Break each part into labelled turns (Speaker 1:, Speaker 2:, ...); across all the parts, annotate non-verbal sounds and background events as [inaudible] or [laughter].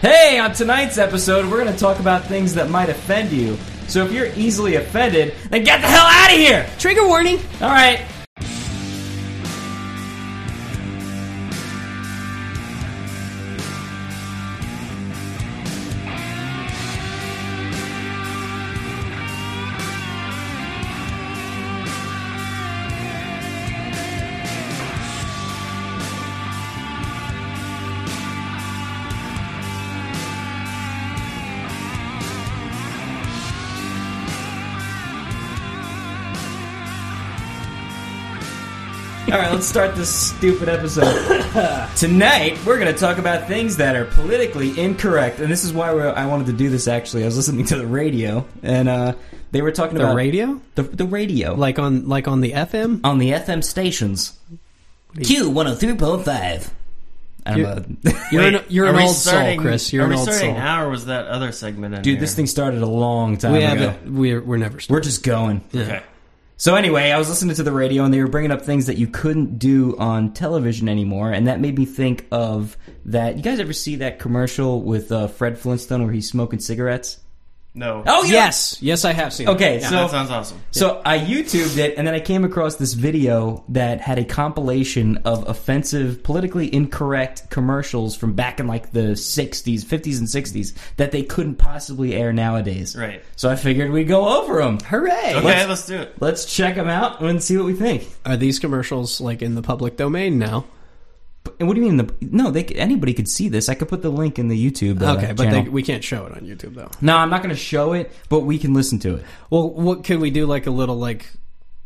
Speaker 1: Hey, on tonight's episode, we're going to talk about things that might offend you. So if you're easily offended, then get the hell out of here!
Speaker 2: Trigger warning.
Speaker 1: All right. All right, let's start this stupid
Speaker 2: [coughs]
Speaker 1: episode. Tonight, we're going to talk about things that are politically incorrect, and this is why we're, I wanted to do this. Actually, I was listening to the radio, and uh, they were talking
Speaker 3: The
Speaker 1: about
Speaker 3: radio,
Speaker 1: the, the radio,
Speaker 3: like on like on the FM.
Speaker 1: on the FM stations. Q one hundred three point five. I don't know,
Speaker 3: You're
Speaker 4: Wait,
Speaker 3: an, you're an
Speaker 4: are we
Speaker 3: old
Speaker 4: starting-
Speaker 3: soul, Chris. You're
Speaker 4: are
Speaker 3: an
Speaker 4: we
Speaker 3: old
Speaker 4: starting
Speaker 3: soul.
Speaker 4: now, or was that other segment
Speaker 1: [laughs]
Speaker 4: in
Speaker 1: dude.
Speaker 4: here?
Speaker 1: This thing started a long time
Speaker 3: we
Speaker 1: ago.
Speaker 3: haven't. We're we're never.
Speaker 1: We're
Speaker 3: Starting.
Speaker 1: just going.
Speaker 4: Okay.
Speaker 1: So anyway, I was listening to the radio and they were bringing up things that you couldn't do on television anymore, and that made me think of that. You guys ever see that commercial with uh, Fred Flintstone where he's smoking cigarettes?
Speaker 4: No.
Speaker 1: Oh you-
Speaker 3: Yes, yes, I have seen. it.
Speaker 1: Okay,
Speaker 4: Yeah,
Speaker 1: so
Speaker 4: that sounds awesome.
Speaker 1: so I YouTubed it, and then I came across this video that had a compilation of offensive, politically incorrect commercials from back in like the '60s, '50s, and '60s that they couldn't possibly air nowadays.
Speaker 4: Right.
Speaker 1: So I figured we'd go over them.
Speaker 3: Hooray!
Speaker 4: Okay,
Speaker 3: Let's-
Speaker 4: let's, do it.
Speaker 1: Let's check them out and see what we think.
Speaker 3: Are these commercials like in the public domain now?
Speaker 1: And what do you mean? The no, they could- anybody could see this. I could put the link in the YouTube. Uh,
Speaker 3: Okay, but they,
Speaker 1: channel.
Speaker 3: we can't show it on YouTube though.
Speaker 1: no, I'm not going to show it, but we can listen to it.
Speaker 3: Well, what could we do? Like a little like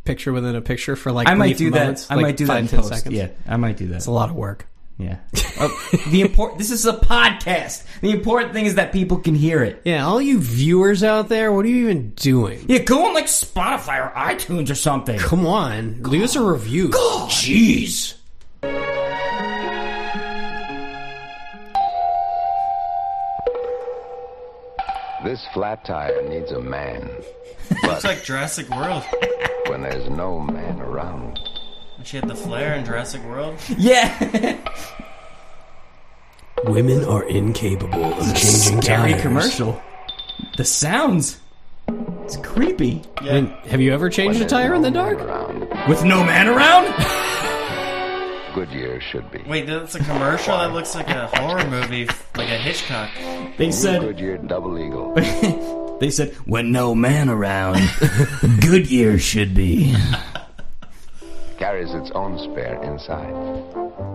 Speaker 3: picture within a picture for like
Speaker 1: I might
Speaker 3: brief
Speaker 1: do
Speaker 3: moments,
Speaker 1: that. I
Speaker 3: like
Speaker 1: might do that
Speaker 3: five,
Speaker 1: in
Speaker 3: 10
Speaker 1: post.
Speaker 3: seconds.
Speaker 1: Yeah, I might do that.
Speaker 3: it's a lot of work. [laughs]
Speaker 1: Yeah. Oh, the important. This is a podcast. The important thing is that people can hear it.
Speaker 3: Yeah, all you viewers out there, what are you even doing?
Speaker 1: Yeah, go on like Spotify or iTunes or something.
Speaker 3: Come on, leave us a review.
Speaker 1: Jeez.
Speaker 5: This flat tire needs a man.
Speaker 4: It's like Jurassic World.
Speaker 5: When there's no man around,
Speaker 4: She had the flare in Jurassic World.
Speaker 3: [laughs]
Speaker 1: Yeah.
Speaker 3: Women are incapable of changing
Speaker 1: Scary
Speaker 3: tires.
Speaker 1: commercial. The sounds. It's creepy.
Speaker 3: I mean, have you ever
Speaker 5: when
Speaker 3: changed a
Speaker 5: there's
Speaker 3: tire
Speaker 5: no
Speaker 3: in the
Speaker 5: man
Speaker 3: dark?
Speaker 5: around,
Speaker 1: With no man around.
Speaker 3: [laughs]
Speaker 5: Goodyear should be.
Speaker 4: Wait, that's a commercial that looks like a horror movie, like a Hitchcock.
Speaker 1: They said.
Speaker 5: Goodyear Double
Speaker 3: [laughs]
Speaker 5: Eagle.
Speaker 1: They said when no man around. [laughs] Goodyear should [laughs] be.
Speaker 5: carries its own spare inside.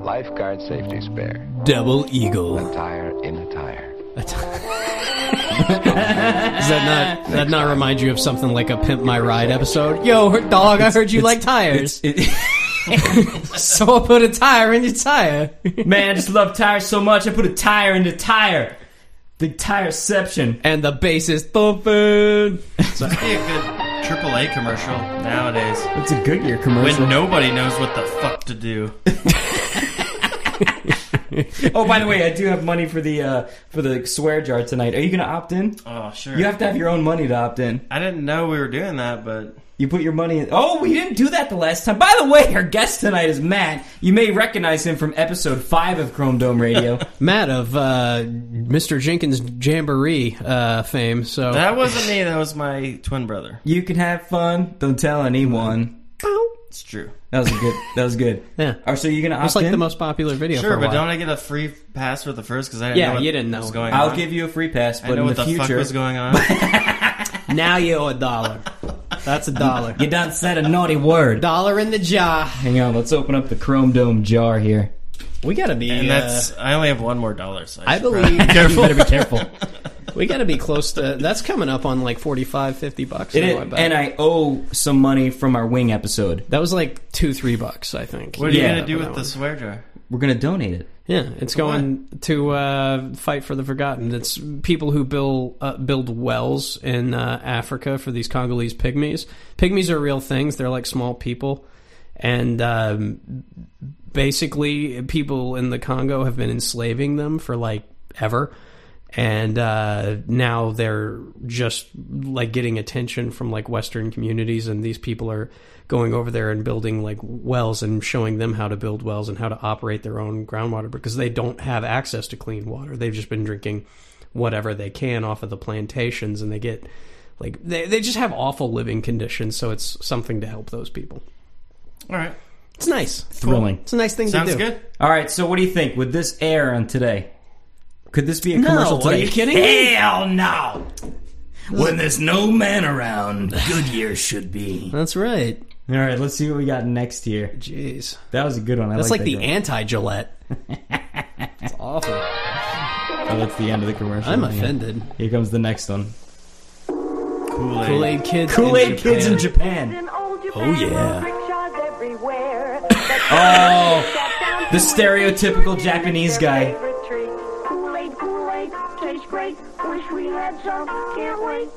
Speaker 5: Lifeguard safety spare.
Speaker 3: Double eagle.
Speaker 5: Tire in a tire.
Speaker 3: [laughs] Does that not that not remind you of something like a Pimp My Ride episode? Yo, dog, I heard you like tires, so I put a tire in your tire. [laughs]
Speaker 1: man, I just love tires so much. I put a tire in the tire. The tireception.
Speaker 3: and the bass is thumping.
Speaker 4: It'd be a good AAA commercial nowadays
Speaker 1: It's a Goodyear
Speaker 4: when
Speaker 1: commercial.
Speaker 4: nobody knows what the fuck to do.
Speaker 1: Oh, by the way, I do have money for the uh, for the swear jar tonight. Are you going to opt in?
Speaker 4: Oh, sure.
Speaker 1: You have to have your own money to opt in.
Speaker 4: I didn't know we were doing that, but
Speaker 1: You put your money in. Oh, we didn't do that the last time. By the way, our guest tonight is Matt. You may recognize him from episode five of Chrome Dome [laughs] Radio.
Speaker 3: Matt of uh, Mr. Jenkins Jamboree uh, fame. So
Speaker 4: that wasn't me. That was my twin brother.
Speaker 1: you can have fun. Don't tell anyone.
Speaker 4: It's true.
Speaker 1: That was a good. That was [laughs] good.
Speaker 3: Yeah.
Speaker 1: Are so you gonna opt
Speaker 3: it's like
Speaker 1: in?
Speaker 3: the most popular video.
Speaker 4: Sure,
Speaker 3: for a
Speaker 4: but
Speaker 3: while.
Speaker 4: don't I get a free pass for the first? Because I didn't
Speaker 3: Yeah,
Speaker 4: know what
Speaker 3: you didn't know.
Speaker 4: was going on.
Speaker 1: I'll give you a free pass,
Speaker 4: I
Speaker 1: but
Speaker 4: know
Speaker 1: in
Speaker 4: what
Speaker 1: the,
Speaker 4: the, fuck
Speaker 1: future,
Speaker 4: was going on.
Speaker 3: now you owe a dollar. That's a dollar.
Speaker 1: you done said a naughty word.
Speaker 3: dollar in the
Speaker 1: [laughs]
Speaker 3: jar.
Speaker 1: Hang on, let's open up the Chrome Dome jar here.
Speaker 3: We gotta be.
Speaker 4: And
Speaker 3: uh,
Speaker 4: that's I only have one more dollar. So
Speaker 3: I
Speaker 4: should probably- [laughs]
Speaker 3: believe.
Speaker 1: You better be [laughs] [laughs] careful.
Speaker 3: We got to be close to that's coming up on like 45 50 bucks.
Speaker 1: It
Speaker 3: now,
Speaker 1: is,
Speaker 3: I bet.
Speaker 1: and I owe some money from our wing episode.
Speaker 3: that was like 2 3 bucks, I think.
Speaker 4: What are you
Speaker 1: Yeah,
Speaker 4: gonna
Speaker 3: that
Speaker 4: do with the
Speaker 3: one.
Speaker 4: swear jar?
Speaker 1: We're gonna donate it.
Speaker 3: Yeah, it's going to uh, fight for the forgotten. It's people who build uh, build wells in uh, Africa for these Congolese pygmies. Pygmies are real things. They're like small people. And um, basically people in the Congo have been enslaving them for like ever. and uh, now they're just like getting attention from like Western communities, and these people are going over there and building like wells and showing them how to build wells and how to operate their own groundwater because they don't have access to clean water. They've just been drinking whatever they can off of the plantations, and they get like they they just have awful living conditions. So it's something to help those people.
Speaker 4: All right.
Speaker 3: It's nice.
Speaker 1: Thrilling.
Speaker 3: It's a nice thing
Speaker 4: Sounds
Speaker 3: to do.
Speaker 4: good.
Speaker 1: All right, so what do you think? Would this air on today? Could this be a commercial
Speaker 3: are
Speaker 1: today?
Speaker 3: you kidding me?
Speaker 1: Hell no! When there's no man [sighs] around, Goodyear should be.
Speaker 3: That's right.
Speaker 1: All right, let's see what we got next here.
Speaker 3: Jeez.
Speaker 1: That was a good one. I
Speaker 3: That's like,
Speaker 1: that
Speaker 3: the
Speaker 1: guy.
Speaker 3: anti Gillette. it's awful.
Speaker 1: Oh, that's the end of the commercial.
Speaker 3: I'm
Speaker 1: Hang on.
Speaker 3: offended.
Speaker 1: Here comes the next one.
Speaker 4: Kool-Aid.
Speaker 3: Kool Aid Kids. in
Speaker 1: Kool Aid Kids in
Speaker 3: Japan.
Speaker 1: Japan.
Speaker 2: Oh
Speaker 3: yeah.
Speaker 2: oh,
Speaker 1: the stereotypical Japanese guy.
Speaker 2: Kool-Aid, Kool-Aid, tastes great. Wish we had some. Can't wait.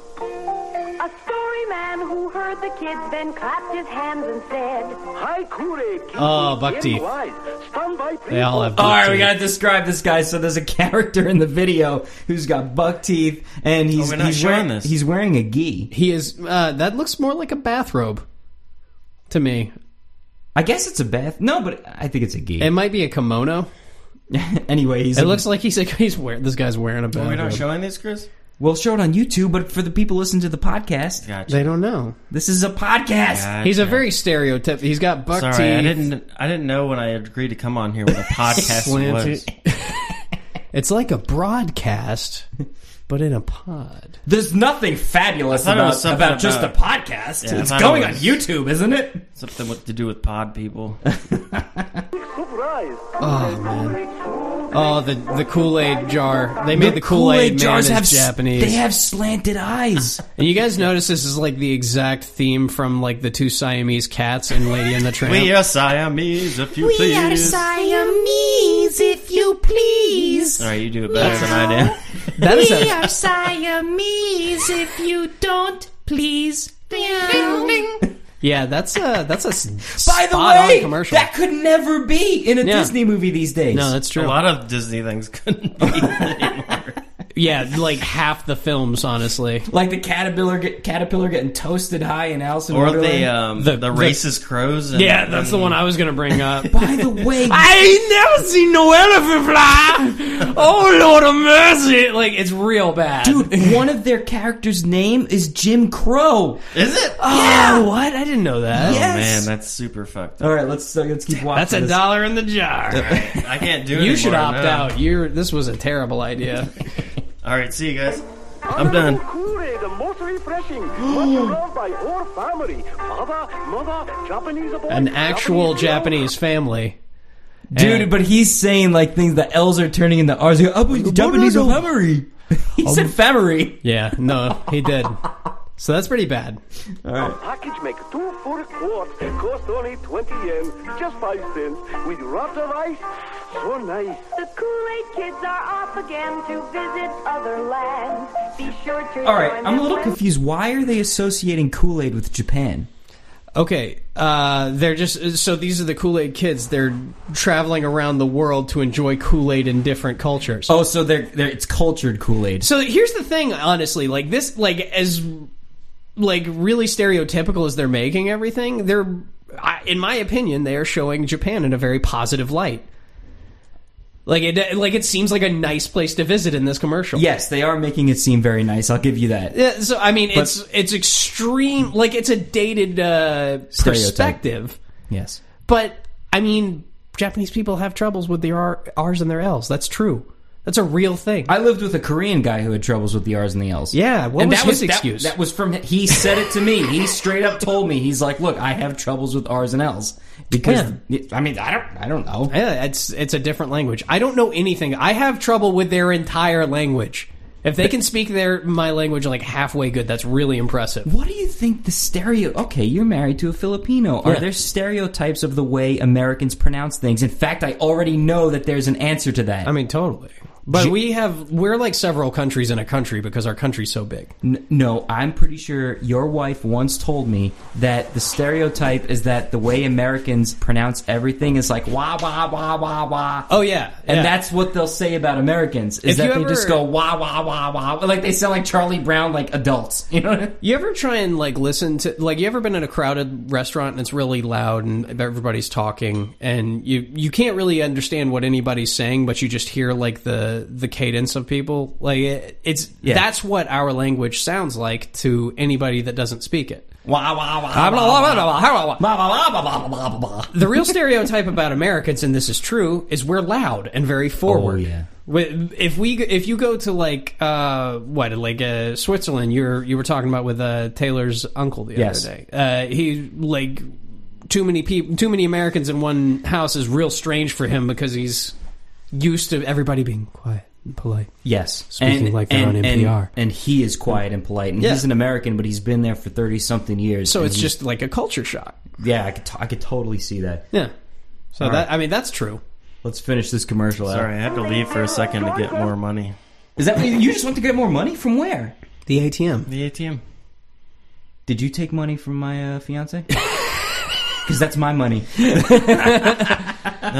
Speaker 2: A story man who heard the kids then clapped his hands and said,
Speaker 6: Hi, Kool-Aid.
Speaker 3: Oh, buck teeth. They all have.
Speaker 1: All
Speaker 3: buck
Speaker 1: right, we
Speaker 3: teeth.
Speaker 1: gotta describe this guy. So there's a [laughs] character in the video who's got buck teeth, and he's
Speaker 4: Oh, we're not
Speaker 1: he's
Speaker 4: showing
Speaker 1: wearing
Speaker 4: this.
Speaker 1: he's wearing a gi.
Speaker 3: He is. Uh, that looks more like a bathrobe to me.
Speaker 1: I guess it's a bath. No, but I think it's a gi.
Speaker 3: It might be a kimono.
Speaker 1: [laughs] anyway, he's
Speaker 3: It
Speaker 1: a-
Speaker 3: looks like he's [laughs] like he's wearing. This guy's wearing a
Speaker 4: Are we not
Speaker 3: bathrobe.
Speaker 4: showing these, Chris?
Speaker 1: We'll show it on YouTube, but for the people listening to the podcast,
Speaker 4: Gotcha.
Speaker 3: They don't know.
Speaker 1: this is a podcast.
Speaker 4: Gotcha.
Speaker 3: He's a very stereotypical. He's got buck
Speaker 4: Sorry,
Speaker 3: teeth.
Speaker 4: I didn't. I didn't know when I agreed to come on
Speaker 3: [laughs]
Speaker 4: here what a podcast was.
Speaker 3: slanted. it's like a broadcast, but in a pod.
Speaker 1: There's nothing fabulous
Speaker 4: I thought it
Speaker 1: about,
Speaker 4: was something
Speaker 1: about just a
Speaker 4: about-
Speaker 1: podcast.
Speaker 4: Yeah, I
Speaker 1: it's
Speaker 4: thought it
Speaker 1: going
Speaker 4: was-
Speaker 1: on YouTube, isn't it?
Speaker 4: Something with- to do with pod
Speaker 3: [laughs]
Speaker 4: people.
Speaker 3: Oh man. Oh the the Kool Aid jar. They made the, Kool
Speaker 1: Kool-Aid
Speaker 3: Aid
Speaker 1: jars
Speaker 3: man
Speaker 1: have
Speaker 3: is
Speaker 1: s-
Speaker 3: Japanese.
Speaker 1: They have slanted
Speaker 3: [laughs]
Speaker 1: eyes.
Speaker 3: and you guys notice this is like the exact theme from like the two Siamese cats in Lady and the Tramp. [laughs]
Speaker 4: we are Siamese, if you please.
Speaker 1: Siamese, if you please.
Speaker 4: All right, you do it better than I do.
Speaker 3: that is a,
Speaker 1: Siamese, if you don't please.
Speaker 3: yeah. That's a that's a s-
Speaker 1: By
Speaker 3: spot
Speaker 1: the
Speaker 3: on
Speaker 1: way,
Speaker 3: commercial.
Speaker 1: that could never be in a
Speaker 3: Yeah.
Speaker 1: Disney movie these days.
Speaker 3: no, that's
Speaker 4: [laughs] A
Speaker 3: true.
Speaker 4: lot of Disney things couldn't be.
Speaker 3: Yeah, like half the films, honestly.
Speaker 1: like the caterpillar get, caterpillar getting toasted high in Alice in
Speaker 4: or
Speaker 1: Wonderland.
Speaker 4: the um,
Speaker 3: The-
Speaker 4: the,
Speaker 3: the-
Speaker 4: racist crows. And,
Speaker 3: Yeah, that's the one I was gonna bring [laughs] up.
Speaker 1: By the way,
Speaker 3: ain't never seen no elephant fly. Oh Lord of mercy! Like it's real bad,
Speaker 1: dude, one of their characters' name is Jim Crow.
Speaker 4: Is it?
Speaker 3: Oh, what? I didn't know that.
Speaker 1: Yeah.
Speaker 4: Oh,
Speaker 1: yes.
Speaker 4: man, that's super fucked. up.
Speaker 1: All right, let's uh, let's keep watching.
Speaker 3: That's a
Speaker 1: this.
Speaker 3: dollar in the jar.
Speaker 4: I can't do it.
Speaker 3: You should
Speaker 4: anymore,
Speaker 3: opt
Speaker 4: no.
Speaker 3: out. You're. This was a terrible [laughs] idea.
Speaker 4: All right, see you guys. I'm done.
Speaker 6: Kool-Aid, the most refreshing. much loved by whole family. Father, mother, Japanese boy,
Speaker 3: An actual Japanese family,
Speaker 1: Dude,
Speaker 3: And-
Speaker 1: but he's saying like things that L's are turning into R's. He goes, Oh, Japanese memory. [laughs] He said femory.
Speaker 3: Yeah, no, he did. So that's pretty bad.
Speaker 6: package make two full quarts. Cost only 20 yen, just 5 cents. With rotten rice, so nice.
Speaker 2: The Kool-Aid kids are off again to visit other lands. Be sure to
Speaker 1: All right,
Speaker 2: join
Speaker 1: I'm a
Speaker 2: them
Speaker 1: little
Speaker 2: when-
Speaker 1: confused. Why are they associating Kool Aid with Japan?
Speaker 3: [laughs] Okay, uh, they're just so these are the Kool Aid kids. They're traveling around the world to enjoy Kool Aid in different cultures.
Speaker 1: Oh, so they're, they're it's cultured Kool Aid.
Speaker 3: So here's the thing, honestly, like this, like as like really stereotypical as they're making everything, they're, I, in my opinion, they are showing Japan in a very positive light. Like it, like it seems like a nice place to visit in this commercial.
Speaker 1: Yes, they are making it seem very nice. I'll give you that.
Speaker 3: Yeah, So I mean, it's it's extreme. Like it's a dated uh,
Speaker 1: Stereotype.
Speaker 3: perspective,
Speaker 1: Yes.
Speaker 3: but I mean, Japanese people have troubles with their R, R's and their L's. That's true. That's a real thing.
Speaker 1: I lived with a Korean guy who had troubles with the R's and the L's.
Speaker 3: yeah. What
Speaker 1: and
Speaker 3: was
Speaker 1: that
Speaker 3: his
Speaker 1: was that-
Speaker 3: excuse?
Speaker 1: That, was from he said it to me. He straight up told me he's like, "Look, I have troubles with R's and L's because I mean, I don't, I don't know.
Speaker 3: Yeah, it's it's a different language. I don't know anything. I have trouble with their entire language. If they can speak their my language like halfway good, that's really impressive.
Speaker 1: What do you think the stereo? Okay, you're married to a Filipino. Are
Speaker 3: Yeah.
Speaker 1: there stereotypes of the way Americans pronounce things? In fact, I already know that there's an answer to that.
Speaker 3: I mean, totally. But
Speaker 1: J-
Speaker 3: we have we're like several countries in a country because our country's so big.
Speaker 1: N- no, I'm pretty sure your wife once told me that the stereotype is that the way Americans pronounce everything is like wah wah wah wah wah.
Speaker 3: Oh yeah,
Speaker 1: And
Speaker 3: yeah.
Speaker 1: that's what they'll say about Americans is
Speaker 3: If
Speaker 1: that
Speaker 3: you
Speaker 1: they
Speaker 3: ever-
Speaker 1: just go wah wah wah wah like they sound like Charlie Brown like adults. [laughs] You know what I mean?
Speaker 3: You ever try and like listen to like you ever been in a crowded restaurant and it's really loud and everybody's talking and you you can't really understand what anybody's saying but you just hear like the the cadence of people like it, it's
Speaker 1: Yeah.
Speaker 3: that's what our language sounds like to anybody that doesn't speak it.
Speaker 1: Wah wah wah. wah, wah, wah. Bah, bah, bah, bah, bah, bah, bah, bah.
Speaker 3: the real stereotype about Americans, and this is true, is we're loud and very forward.
Speaker 1: Oh, yeah.
Speaker 3: We- If we if you go to like uh, what like uh, Switzerland, you're you were talking about with uh, Taylor's uncle the
Speaker 1: Yes.
Speaker 3: other day. Uh, he like too many people, too many Americans in one house is real strange for him because he's used to everybody being quiet and polite.
Speaker 1: Yes,
Speaker 3: Speaking like they're on NPR.
Speaker 1: And, and he is quiet and polite, and
Speaker 3: Yeah.
Speaker 1: he's an American, but he's been there for thirty something years.
Speaker 3: So
Speaker 1: and
Speaker 3: it's
Speaker 1: he-
Speaker 3: just like a culture shock.
Speaker 1: yeah, I could t- I could totally see that.
Speaker 3: Yeah. So that I mean that's true.
Speaker 1: Let's finish this commercial. out.
Speaker 4: Sorry, I had to leave for a second to get more money.
Speaker 1: Is that you just want to get more money from where?
Speaker 3: The ATM.
Speaker 4: The ATM.
Speaker 1: Did you take money from my uh,
Speaker 3: [laughs]
Speaker 1: fiance? Because that's my money.
Speaker 4: No,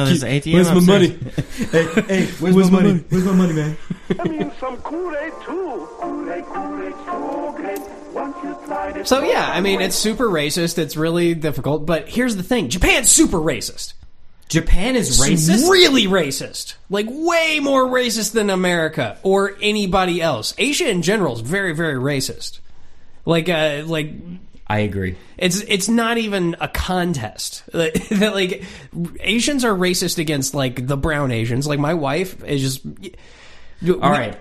Speaker 4: there's an ATM.
Speaker 1: Where's my
Speaker 4: upstairs.
Speaker 1: money? [laughs] hey, hey, where's, my, money? Where's my money, man?
Speaker 6: I mean, some Kool-Aid too. Kool-Aid, Kool-Aid, so great. Once you tried it,
Speaker 3: So yeah, I mean it's super racist. It's really difficult, but here's the thing: Japan's super racist.
Speaker 1: Japan is
Speaker 3: It's
Speaker 1: racist.
Speaker 3: Really racist. Like way more racist than America or anybody else. Asia in general is very very racist. Like uh like
Speaker 1: I agree.
Speaker 3: it's it's not even a contest. [laughs] that like Asians are racist against like the brown Asians. Like my wife is just
Speaker 1: All
Speaker 3: [laughs]
Speaker 1: right.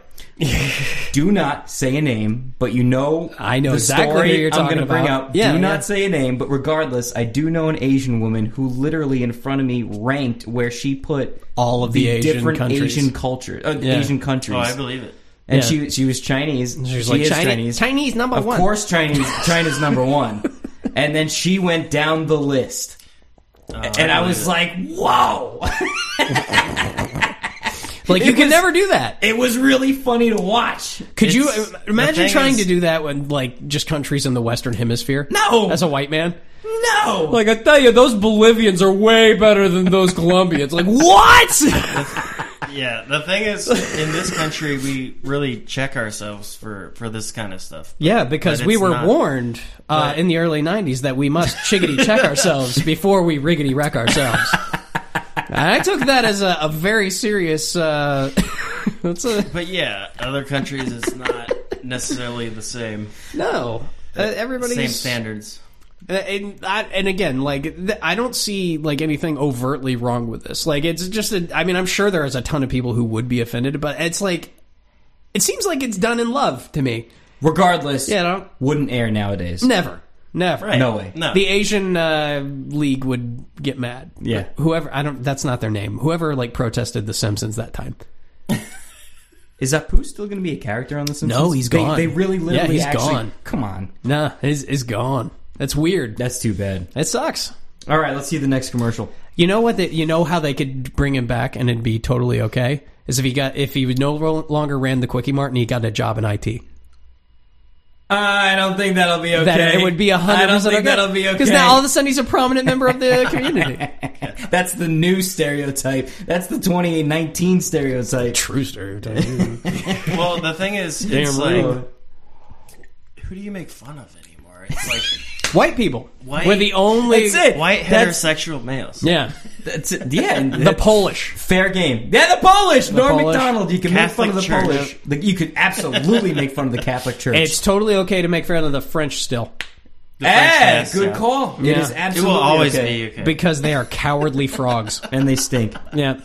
Speaker 1: Do not say a name, but you know
Speaker 3: I know
Speaker 1: the
Speaker 3: exactly
Speaker 1: story
Speaker 3: who you're
Speaker 1: I'm
Speaker 3: talking
Speaker 1: gonna bring
Speaker 3: about.
Speaker 1: up.
Speaker 3: Yeah,
Speaker 1: Do not
Speaker 3: yeah.
Speaker 1: say a name, but regardless, I do know an Asian woman who literally in front of me ranked where she put
Speaker 3: All of the Asian
Speaker 1: different
Speaker 3: countries.
Speaker 1: Asian culture, uh,
Speaker 3: Yeah.
Speaker 1: Asian countries.
Speaker 4: Oh, I believe it.
Speaker 1: and
Speaker 3: Yeah.
Speaker 1: she she was Chinese.
Speaker 3: She's
Speaker 1: she
Speaker 3: like,
Speaker 1: is
Speaker 3: "China-
Speaker 1: Chinese.
Speaker 3: Chinese number
Speaker 1: of
Speaker 3: one."
Speaker 1: Of course,
Speaker 3: [laughs]
Speaker 1: Chinese. China's number one. And then she went down the list,
Speaker 4: Oh,
Speaker 1: and I
Speaker 4: believe
Speaker 1: was
Speaker 4: it.
Speaker 1: like, "Whoa!"
Speaker 3: like you
Speaker 1: It
Speaker 3: can
Speaker 1: was-
Speaker 3: never do that.
Speaker 1: it was really funny to watch.
Speaker 3: Could you uh,
Speaker 4: It's- the
Speaker 3: imagine
Speaker 4: thing
Speaker 3: trying
Speaker 4: is-
Speaker 3: to do that when like just countries in the Western Hemisphere?
Speaker 1: No!
Speaker 3: as a white man.
Speaker 1: No,
Speaker 3: Like I tell you, those Bolivians are way better than those Colombians. Like what?
Speaker 4: yeah. The thing is, in this country, we really check ourselves for for this kind of stuff.
Speaker 3: yeah, because
Speaker 4: But
Speaker 3: we
Speaker 4: it's
Speaker 3: were
Speaker 4: not-
Speaker 3: warned uh,
Speaker 4: but-
Speaker 3: in the early '90s that we must chiggity check [laughs] ourselves before we riggity wreck ourselves. And I took that as a, a very serious. Uh, [laughs] that's a
Speaker 4: But yeah, other countries, it's not necessarily the same
Speaker 3: no. Uh, everybody's
Speaker 4: same standards.
Speaker 3: Uh, and I, and again, like th- I don't see like anything overtly wrong with this. Like it's just, a, I mean, I'm sure there is a ton of people who would be offended, but it's like, it seems like it's done in love to me.
Speaker 1: regardless,
Speaker 3: You know,
Speaker 1: wouldn't air nowadays.
Speaker 3: never, never.
Speaker 4: Right.
Speaker 1: No way.
Speaker 4: No.
Speaker 3: The Asian uh, League would get mad.
Speaker 1: Yeah.
Speaker 3: whoever I don't. That's not their name. Whoever like protested the Simpsons that time.
Speaker 1: Is Apu still going to be a character on The Simpsons?
Speaker 3: No, he's
Speaker 1: They-
Speaker 3: gone.
Speaker 1: They, really,
Speaker 3: Yeah,
Speaker 1: literally,
Speaker 3: he's
Speaker 1: actually-
Speaker 3: gone.
Speaker 1: Come on,
Speaker 3: Nah, is is gone. That's weird.
Speaker 1: that's too bad.
Speaker 3: That sucks.
Speaker 1: All right, let's see the next commercial.
Speaker 3: You know what? That you know how they could bring him back and it'd be totally okay is if he got if he no ro- longer ran the quickie mart and he got a job in IT.
Speaker 1: I don't think that'll be okay.
Speaker 3: That it would be a
Speaker 1: I
Speaker 3: hundred
Speaker 1: don't
Speaker 3: percent
Speaker 1: think
Speaker 3: okay.
Speaker 1: that'll be okay.
Speaker 3: because now all of a sudden he's a prominent member
Speaker 1: [laughs]
Speaker 3: of the community.
Speaker 1: That's the new stereotype. That's the 2019 stereotype.
Speaker 3: True stereotype.
Speaker 1: [laughs]
Speaker 4: Well, the thing [laughs] is, it's like, who do you make fun of anymore? It's like
Speaker 3: White people.
Speaker 4: White-
Speaker 3: We're the only.
Speaker 1: That's it.
Speaker 4: white
Speaker 1: That's-
Speaker 4: heterosexual males.
Speaker 3: Yeah,
Speaker 1: That's it. Yeah, and
Speaker 3: [laughs] the Polish.
Speaker 1: fair game. Yeah, the Polish. Norm
Speaker 3: Polish.
Speaker 1: Macdonald. You can
Speaker 4: Catholic
Speaker 1: make fun
Speaker 4: Church.
Speaker 1: of the Polish. The- you can absolutely make fun of the
Speaker 3: [laughs]
Speaker 1: Catholic Church.
Speaker 3: It's totally okay to make fun of the French still
Speaker 4: The French
Speaker 1: Eh,
Speaker 4: males,
Speaker 1: good
Speaker 4: yeah.
Speaker 1: call. It
Speaker 3: Yeah.
Speaker 1: is
Speaker 3: It will
Speaker 4: It will
Speaker 1: absolutely
Speaker 4: always
Speaker 1: okay.
Speaker 4: be okay.
Speaker 3: because they are cowardly frogs.
Speaker 1: and they stink.
Speaker 3: Yeah.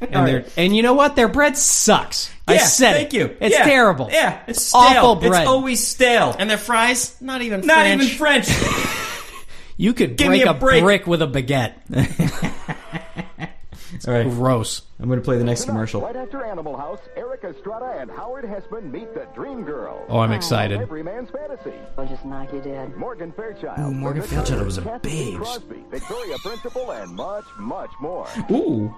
Speaker 1: All
Speaker 3: And, they're,
Speaker 1: right.
Speaker 3: and you know what? Their bread sucks. I
Speaker 1: Yeah,
Speaker 3: said
Speaker 1: thank
Speaker 3: it.
Speaker 1: you.
Speaker 3: It's
Speaker 1: Yeah.
Speaker 3: terrible.
Speaker 1: Yeah, it's stale.
Speaker 3: Awful bread.
Speaker 1: It's always stale.
Speaker 4: and their fries, not even
Speaker 1: Not
Speaker 4: French.
Speaker 1: even French.
Speaker 3: [laughs] You could
Speaker 1: Give
Speaker 3: break
Speaker 1: me a
Speaker 3: a,
Speaker 1: break.
Speaker 3: brick with a baguette. [laughs]
Speaker 1: All right,
Speaker 3: Gross.
Speaker 1: I'm going to play the next commercial.
Speaker 7: Right after Animal House, Eric Estrada and Howard Hessman meet the Dream Girl.
Speaker 3: Oh, I'm excited.
Speaker 7: Every man's fantasy.
Speaker 8: I'll just knock you dead.
Speaker 7: Morgan Fairchild.
Speaker 1: Ooh, Morgan
Speaker 7: The Good Nurse,
Speaker 1: Fairchild was a
Speaker 7: Kathy
Speaker 1: babes.
Speaker 7: Crosby, Victoria Principal, and much, much more.
Speaker 1: Ooh,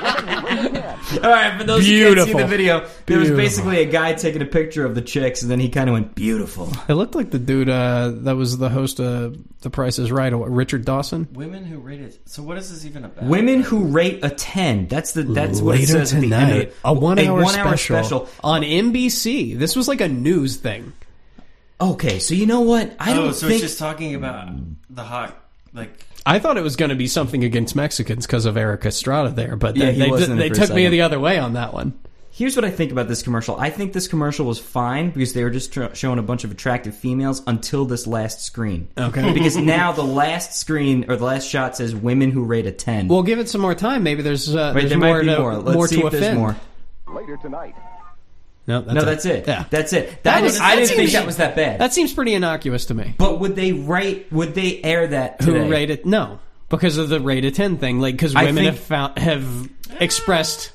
Speaker 1: All right, for those who can't see
Speaker 8: Beautiful.
Speaker 1: the video, there was
Speaker 8: Beautiful.
Speaker 1: basically a guy taking a picture of the chicks, and then he kind of went, "Beautiful."
Speaker 3: It looked like the dude uh, that was the host of The Price is Right, Richard Dawson.
Speaker 4: Women who rate it. So what is this even about?
Speaker 1: Women who rate a ten. That's the that's what it
Speaker 8: Later
Speaker 1: says at the end of
Speaker 8: tonight,
Speaker 1: it.
Speaker 8: a one-hour special.
Speaker 3: on NBC. This was like a news thing.
Speaker 1: Okay, so you know what? I
Speaker 4: Oh,
Speaker 1: don't
Speaker 4: so
Speaker 1: think
Speaker 4: it's just talking about
Speaker 3: Mm.
Speaker 4: the hot, like
Speaker 3: I thought it was going to be something against Mexicans because of Eric Estrada there, but
Speaker 1: Yeah,
Speaker 3: they,
Speaker 1: he
Speaker 3: they,
Speaker 1: was in it
Speaker 3: they
Speaker 1: for a
Speaker 3: took me
Speaker 1: second.
Speaker 3: the other way on that one.
Speaker 1: Here's what I think about this commercial. I think this commercial was fine because they were just tr- showing a bunch of attractive females until this last screen. [laughs]
Speaker 3: Okay.
Speaker 1: because now the last screen or the last shot says women who rate a 10.
Speaker 3: Well, give it some more time. Maybe there's, uh,
Speaker 1: Wait,
Speaker 3: there's
Speaker 1: there
Speaker 3: more,
Speaker 1: might be
Speaker 3: to,
Speaker 1: more. Let's
Speaker 3: more
Speaker 1: see
Speaker 3: to
Speaker 1: if there's
Speaker 3: offend.
Speaker 1: more.
Speaker 7: Later tonight.
Speaker 3: No, that's
Speaker 1: No, that's it.
Speaker 3: Yeah.
Speaker 1: That's it. That,
Speaker 3: That
Speaker 1: was,
Speaker 3: is-
Speaker 1: I
Speaker 3: that
Speaker 1: didn't think
Speaker 3: seems-
Speaker 1: that was that bad.
Speaker 3: that seems pretty innocuous to me.
Speaker 1: but would they rate would they air that today?
Speaker 3: Who rated? No, because of the rate of ten thing. Like because
Speaker 1: I
Speaker 3: women
Speaker 1: think-
Speaker 3: have found, have expressed.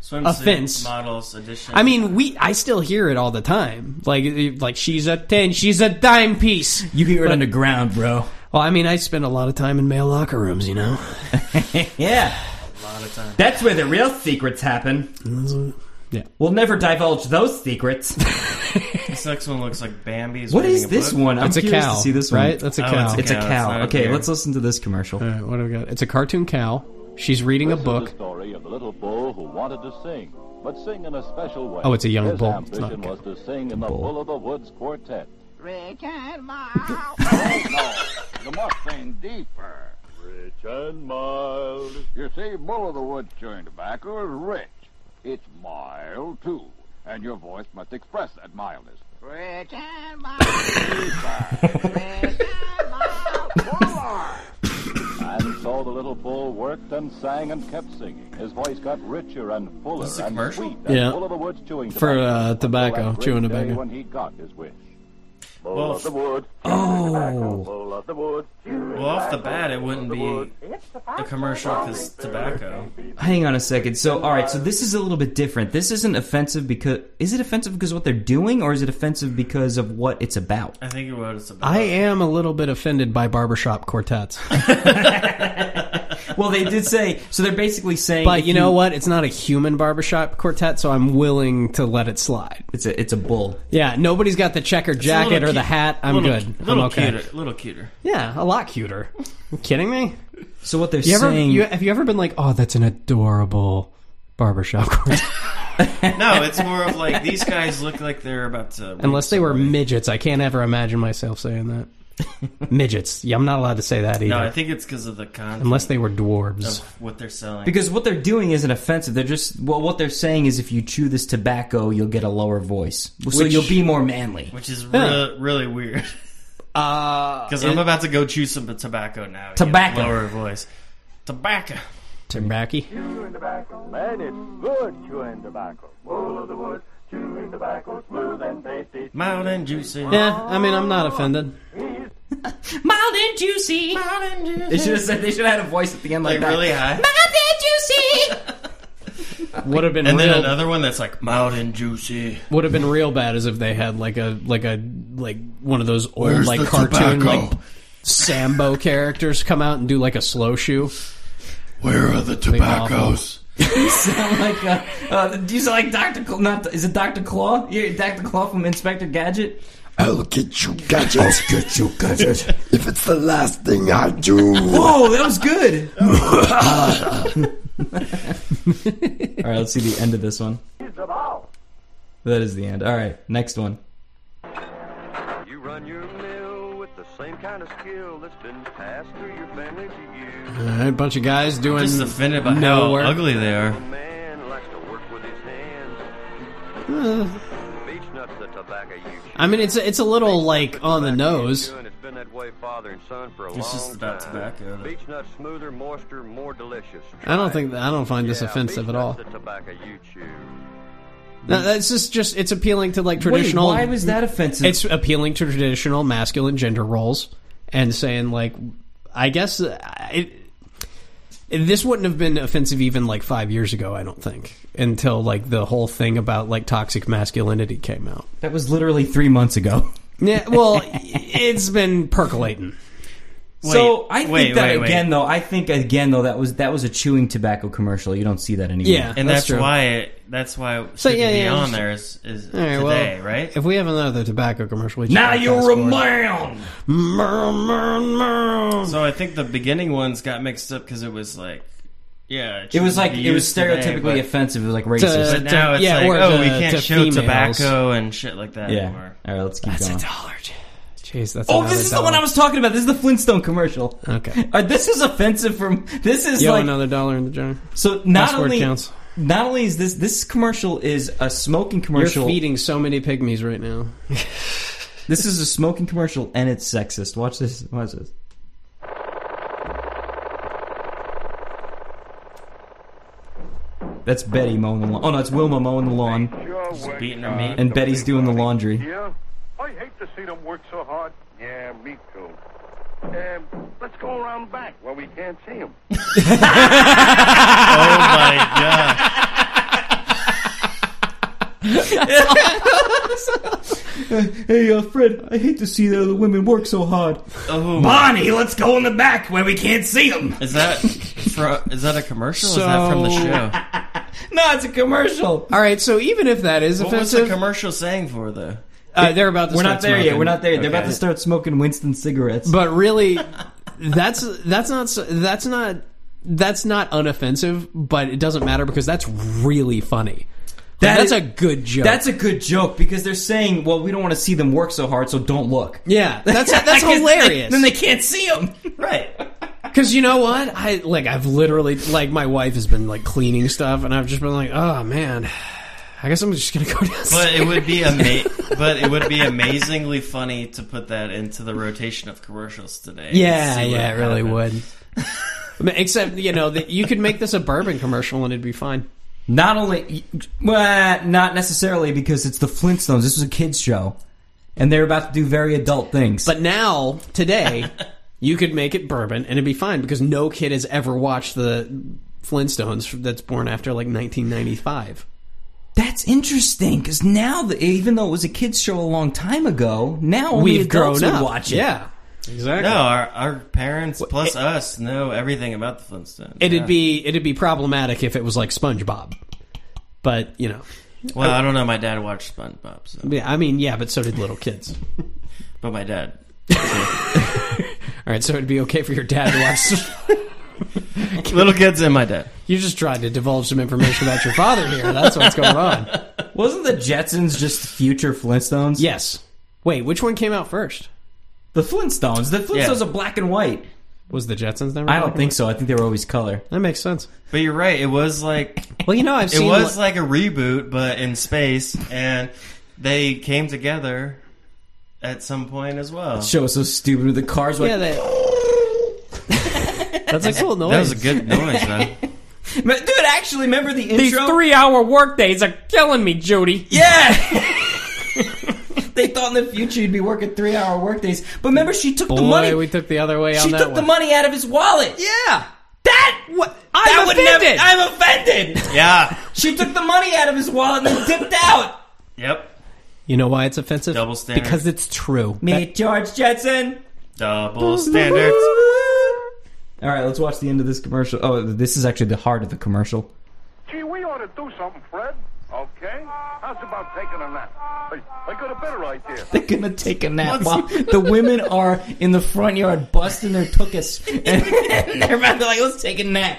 Speaker 4: swimsuit
Speaker 3: Offense.
Speaker 4: models edition.
Speaker 3: I mean, we. I still hear it all the time. Like like she's a ten. She's a dime piece.
Speaker 1: You can hear it underground, bro.
Speaker 3: Well, I mean, I spend a lot of time in male locker rooms. You know.
Speaker 1: Yeah.
Speaker 4: a lot of time.
Speaker 1: That's where the real secrets happen.
Speaker 3: Yeah.
Speaker 1: We'll never divulge those
Speaker 3: [laughs]
Speaker 1: secrets.
Speaker 4: This next one looks like Bambi's.
Speaker 1: what
Speaker 4: reading
Speaker 1: is
Speaker 4: a
Speaker 1: this
Speaker 4: book.
Speaker 1: one? I'm
Speaker 3: It's a
Speaker 1: curious
Speaker 3: cow.
Speaker 1: to see this one.
Speaker 3: right? That's a
Speaker 4: Oh,
Speaker 3: cow.
Speaker 4: it's
Speaker 1: It's a
Speaker 4: Yeah, it's
Speaker 1: cow.
Speaker 4: not
Speaker 1: Okay,
Speaker 4: here.
Speaker 1: let's listen to this commercial.
Speaker 3: All right, what do we got? It's a cartoon cow. She's reading a book.
Speaker 9: story of the little bull who wanted to sing, but sing in a special way.
Speaker 3: Oh, it's a young
Speaker 9: His
Speaker 3: bull. It's
Speaker 9: ambition
Speaker 3: not a cow.
Speaker 9: was to sing in the
Speaker 1: Bull.
Speaker 9: Bull, of the Woods Quartet.
Speaker 2: Richard
Speaker 9: [laughs] No, you must sing deeper. Rich and mild. You see, Bull of the Woods chewing tobacco is rich. It's mild, too. And your voice must express that mildness.
Speaker 2: Rich
Speaker 9: [laughs]
Speaker 2: and
Speaker 9: And so the little bull worked and sang and kept singing. His voice got richer and fuller
Speaker 4: This is a
Speaker 9: and
Speaker 4: commercial?
Speaker 9: sweet. and
Speaker 3: Yeah.
Speaker 9: Bull of the woods chewing
Speaker 3: For,
Speaker 9: tobacco.
Speaker 3: uh,
Speaker 9: until
Speaker 3: tobacco,
Speaker 9: that great
Speaker 3: chewing
Speaker 9: day
Speaker 3: tobacco.
Speaker 9: When he got his wish. Bull
Speaker 4: Well,
Speaker 9: of the wood.
Speaker 1: Oh.
Speaker 9: Bull of the wood.
Speaker 4: Well, off the bat, it wouldn't be a commercial because tobacco.
Speaker 1: Hang on a second. So, all right. So this is a little bit different. This isn't offensive because is it offensive because of what they're doing, or is it offensive because of what it's
Speaker 3: [laughs]
Speaker 1: about?
Speaker 4: I think it was about.
Speaker 3: I am a little bit offended by barbershop quartets.
Speaker 1: Well, they did say so. They're basically saying,
Speaker 3: But
Speaker 1: if
Speaker 3: you know what? It's not a human barbershop quartet, so I'm willing to let it slide.
Speaker 1: It's a it's a bull.
Speaker 3: Yeah, nobody's got the checker
Speaker 4: It's a
Speaker 3: jacket
Speaker 4: little
Speaker 3: or the
Speaker 4: cu-
Speaker 3: hat. I'm
Speaker 4: little,
Speaker 3: good.
Speaker 4: Little
Speaker 3: I'm okay.
Speaker 4: cuter. Little cuter.
Speaker 3: Yeah, a lot cuter. You kidding me?
Speaker 1: So what they're
Speaker 3: You ever,
Speaker 1: saying,
Speaker 3: you, have you ever been like, oh, that's an adorable barbershop quartet?
Speaker 4: No, it's more of like these guys look like they're
Speaker 3: [laughs]
Speaker 4: about to. rape
Speaker 3: Unless they were
Speaker 4: somebody.
Speaker 3: midgets. I can't ever imagine myself saying that. midgets. Yeah, I'm not allowed to say that either.
Speaker 4: No, I think it's because of the content
Speaker 3: Unless they were dwarves.
Speaker 4: of what they're selling.
Speaker 1: because what they're doing isn't offensive. They're just well, what they're saying is if you chew this tobacco, you'll get a lower voice, so
Speaker 4: Which-
Speaker 1: you'll be more manly.
Speaker 4: which is re- really weird. [laughs]
Speaker 3: Uh,
Speaker 4: Because I'm about to go chew some tobacco now. Get
Speaker 1: Tobacco.
Speaker 4: Lower voice. Tobacco.
Speaker 3: tobacco.
Speaker 6: Chewing tobacco. Man, it's good chewing tobacco. Bull of the woods. Chewing tobacco. Smooth and tasty.
Speaker 4: Mild and juicy.
Speaker 3: Yeah, I mean, I'm not offended.
Speaker 1: Mild and juicy.
Speaker 4: Mild and juicy.
Speaker 1: They [laughs] should have said they should have had a voice at the end like,
Speaker 4: Like
Speaker 1: that.
Speaker 4: really high.
Speaker 1: Mild and
Speaker 3: Would have been
Speaker 4: And then
Speaker 3: real.
Speaker 4: another one that's like mild and juicy.
Speaker 3: would have been real bad as if they had like a like a like one of those old
Speaker 4: Where's
Speaker 3: like
Speaker 4: the
Speaker 3: cartoon
Speaker 4: tobacco?
Speaker 3: like Sambo characters come out and do like a slow shoe.
Speaker 4: Where are the
Speaker 3: tobaccos?
Speaker 1: juicy. [laughs] sound like uh, uh, do you sound like Doctor? Cl- not is it Doctor Claw? Yeah, Doctor Claw from Inspector Gadget.
Speaker 10: I'll get you, gadget. I'll get you, gadget. if it's the last thing I do.
Speaker 1: Whoa, that was good. All right, let's see the end of this one. That is the end. All right, next one.
Speaker 6: You run your mill with the same kind of skill that's been passed through your family to you.
Speaker 3: All right, bunch of guys doing
Speaker 4: Just offended by
Speaker 3: no
Speaker 4: how
Speaker 3: work.
Speaker 4: ugly they are.
Speaker 6: Man likes to work with his hands. Beach nuts the tobacco you chew.
Speaker 3: I mean, it's it's a little like on the nose.
Speaker 6: And it's been that way father and son for a
Speaker 4: It's
Speaker 6: long
Speaker 4: just about
Speaker 6: time.
Speaker 4: tobacco.
Speaker 6: Beach nuts smoother, moister, more delicious.
Speaker 3: I don't
Speaker 6: Try
Speaker 3: think
Speaker 6: it.
Speaker 3: that, I don't find this
Speaker 6: Yeah,
Speaker 3: offensive at
Speaker 6: beech
Speaker 3: all.
Speaker 6: nuts The tobacco you chew.
Speaker 3: No, that's just just it's appealing to like traditional.
Speaker 1: Wait, why was that offensive?
Speaker 3: It's appealing to traditional masculine gender roles and saying like, I guess uh, it, this wouldn't have been offensive even like five years ago. I don't think until like the whole thing about like toxic masculinity came out.
Speaker 1: that [laughs] was literally three months ago.
Speaker 3: Yeah, well, it's been percolating.
Speaker 1: so I think
Speaker 4: wait,
Speaker 1: that
Speaker 4: wait, wait.
Speaker 1: again, though. I think again, though, that was that was a chewing tobacco commercial. You don't see that anymore.
Speaker 3: Yeah.
Speaker 4: and
Speaker 3: That's
Speaker 4: that's,
Speaker 3: true.
Speaker 4: why it, that's why it
Speaker 3: So,
Speaker 4: shouldn't
Speaker 3: yeah,
Speaker 4: be
Speaker 3: yeah,
Speaker 4: on
Speaker 3: just-
Speaker 4: there is, is
Speaker 3: All right,
Speaker 4: today,
Speaker 3: well,
Speaker 4: right?
Speaker 3: If we have another tobacco commercial, we
Speaker 1: Now
Speaker 3: just
Speaker 1: you're
Speaker 3: gotta
Speaker 1: a
Speaker 3: fast forward.
Speaker 1: man.
Speaker 4: so I think the beginning ones got mixed up because it was like, yeah,
Speaker 1: It was like
Speaker 4: shouldn't be
Speaker 1: it was
Speaker 4: used today,
Speaker 1: stereotypically
Speaker 4: but-
Speaker 1: offensive. It was like
Speaker 4: but,
Speaker 1: racist.
Speaker 3: To-
Speaker 4: now it's
Speaker 3: yeah,
Speaker 4: like,
Speaker 3: or
Speaker 4: oh,
Speaker 3: to-
Speaker 4: we can't
Speaker 3: to
Speaker 4: show
Speaker 3: females.
Speaker 4: tobacco and shit like that
Speaker 1: yeah.
Speaker 4: anymore.
Speaker 1: All right, let's keep
Speaker 3: That's
Speaker 1: going.
Speaker 3: a dollar. Jeez, that's
Speaker 1: Oh,
Speaker 3: another
Speaker 1: this is the
Speaker 3: dollar.
Speaker 1: one I was talking about. This is the Flintstone commercial.
Speaker 3: Okay.
Speaker 1: Uh, this is offensive from. This is
Speaker 3: Yo,
Speaker 1: like
Speaker 3: another dollar in the jar.
Speaker 1: so. Not
Speaker 3: Password
Speaker 1: only
Speaker 3: counts.
Speaker 1: not only is this this commercial is a smoking
Speaker 3: You're
Speaker 1: commercial.
Speaker 3: feeding so many pygmies right now.
Speaker 1: This is a smoking commercial and it's sexist. Watch this. Watch this. That's Betty mowing the lawn. Oh no, it's Wilma mowing the lawn,
Speaker 4: Just beating her meat.
Speaker 1: and Betty's doing the laundry.
Speaker 6: Yeah? I hate to see them work so hard. Yeah, me too. Um, let's go around back where we can't see them.
Speaker 4: oh my god!
Speaker 1: Hey, uh, Fred, I hate to see the other women work so hard.
Speaker 4: Oh,
Speaker 1: Bonnie, let's go in the back where we can't see them.
Speaker 4: is that for, is that a commercial? or is that from the
Speaker 3: So-
Speaker 4: show?
Speaker 1: No, it's a commercial.
Speaker 3: All right, so even if that is
Speaker 4: What was the
Speaker 3: offensive,
Speaker 4: commercial saying for though?
Speaker 3: uh, they're about to
Speaker 1: We're
Speaker 3: start
Speaker 1: not there yet.
Speaker 3: smoking.
Speaker 1: We're not there. yet. They're about
Speaker 4: Okay.
Speaker 1: to start smoking Winston cigarettes.
Speaker 3: But really, that's that's not so- that's not that's not unoffensive, but it doesn't matter because that's really funny. Like,
Speaker 1: That
Speaker 3: that's
Speaker 1: is-
Speaker 3: a good joke.
Speaker 1: That's a good joke because they're saying, "Well, we don't want to see them work so hard, so don't look."
Speaker 3: yeah,
Speaker 1: [laughs]
Speaker 3: that's that's
Speaker 1: Because they-
Speaker 3: hilarious.
Speaker 1: then they can't see [laughs] them.
Speaker 4: Right.
Speaker 3: Because you know what? I like I've literally like my wife has been like cleaning stuff, and I've just been like, oh man, I guess I'm just gonna go [laughs] downstairs.
Speaker 4: But it would be ama- But it would be amazingly funny to put that into the rotation of commercials today. and
Speaker 3: yeah,
Speaker 4: see what
Speaker 3: yeah, it really
Speaker 4: happened.
Speaker 3: would. I mean, Except you know that you could make this a bourbon commercial and it'd be fine.
Speaker 1: Not only, well, not necessarily because it's the Flintstones. This was a kids show, and they're about to do very adult things.
Speaker 3: But now today, you could make it bourbon and it'd be fine because no kid has ever watched the Flintstones that's born after like 1995.
Speaker 1: that's interesting because now, the, even though it was a kids show a long time ago, now only
Speaker 3: We've
Speaker 1: adults
Speaker 3: grown
Speaker 1: would
Speaker 3: up.
Speaker 1: Watch it.
Speaker 3: Yeah, exactly.
Speaker 4: No, our, our parents plus us know everything about the Flintstones.
Speaker 3: It'd
Speaker 4: yeah.
Speaker 3: be it'd be problematic if it was like SpongeBob. But you know,
Speaker 4: Well, I don't know. My dad watched SpongeBob, so.
Speaker 3: yeah, I mean, yeah, but so did little kids.
Speaker 4: but my dad.
Speaker 3: All right, so it'd be okay for your dad to [laughs] watch.
Speaker 4: Little kids and my dad.
Speaker 3: You're just trying to divulge some information about your father here. That's what's going on.
Speaker 1: Wasn't the Jetsons just future Flintstones?
Speaker 3: [laughs] Yes. Wait, which one came out first?
Speaker 1: the Flintstones. The Flintstones
Speaker 4: Yeah.
Speaker 1: are black and white.
Speaker 3: Was the Jetsons never?
Speaker 1: I don't think so. I think they were always color.
Speaker 3: that makes sense.
Speaker 4: But you're right. It was like
Speaker 3: Well, you know, I've
Speaker 4: it
Speaker 3: seen
Speaker 4: was like a reboot, but in space, and they came together at some point as well.
Speaker 1: Show was so stupid with the cars. Like,
Speaker 3: yeah, they, that's a [laughs] cool noise.
Speaker 4: That was a good noise, though.
Speaker 3: [laughs]
Speaker 1: Ma- dude, actually, remember the intro?
Speaker 3: hour work days are killing me, Jody.
Speaker 1: Yeah. [laughs] they thought in the future you'd be working three hour workdays. But remember, she took the
Speaker 3: Boy,
Speaker 1: money.
Speaker 3: we took the other way on
Speaker 1: she
Speaker 3: that
Speaker 1: took the
Speaker 3: one.
Speaker 1: money out of his wallet.
Speaker 3: Yeah.
Speaker 1: That what? I'm
Speaker 3: offended.
Speaker 1: I'm offended.
Speaker 4: Yeah.
Speaker 1: she took the money out of his wallet and then dipped out.
Speaker 4: Yep.
Speaker 3: You know why it's offensive?
Speaker 4: Double standard.
Speaker 3: Because it's true.
Speaker 1: Meet George Jetson.
Speaker 4: Double standards.
Speaker 1: All right, let's watch the end of this commercial. Oh, this is actually the heart of the commercial. [laughs]
Speaker 6: Gee, we ought to do something, Fred. Okay. How's about taking a nap? I, I got a better idea.
Speaker 1: They're gonna take a nap while the women are in the front yard busting their tuchus, [laughs] and they're about to like, let's take a nap.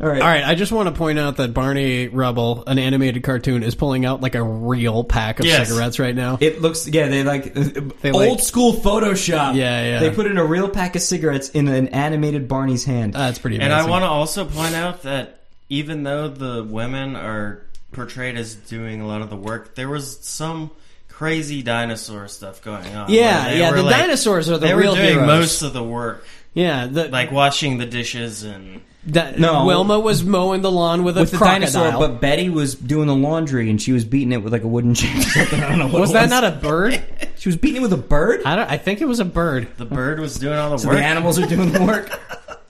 Speaker 1: All right,
Speaker 3: All right, I just want to point out that Barney Rubble, an animated cartoon, is pulling out like a real pack of
Speaker 4: Yes.
Speaker 3: cigarettes right now.
Speaker 1: It looks yeah, they like uh, old
Speaker 3: like-
Speaker 1: school Photoshop.
Speaker 3: Yeah, yeah.
Speaker 1: They put in a real pack of cigarettes in an animated Barney's hand.
Speaker 3: That's pretty
Speaker 4: And
Speaker 3: amazing.
Speaker 4: I want to also point out that even though the women are portrayed as doing a lot of the work, there was some crazy dinosaur stuff going on.
Speaker 3: Yeah,
Speaker 4: where they
Speaker 3: yeah,
Speaker 4: were,
Speaker 3: the dinosaurs are the
Speaker 4: they
Speaker 3: real
Speaker 4: were doing
Speaker 3: heroes.
Speaker 4: most of the work,
Speaker 3: yeah, the,
Speaker 4: like washing the dishes and
Speaker 3: that,
Speaker 1: No.
Speaker 3: Wilma was mowing the lawn with a
Speaker 1: with the
Speaker 3: crocodile.
Speaker 1: dinosaur, but Betty was doing the laundry and she was beating it with like a wooden [laughs] chain. I don't know what
Speaker 3: was
Speaker 1: it
Speaker 3: that not a bird?
Speaker 4: [laughs]
Speaker 1: She was beating it with a bird.
Speaker 3: I don't. I think it was a bird.
Speaker 4: the bird was doing all the
Speaker 1: So
Speaker 4: work.
Speaker 1: the animals are doing the work.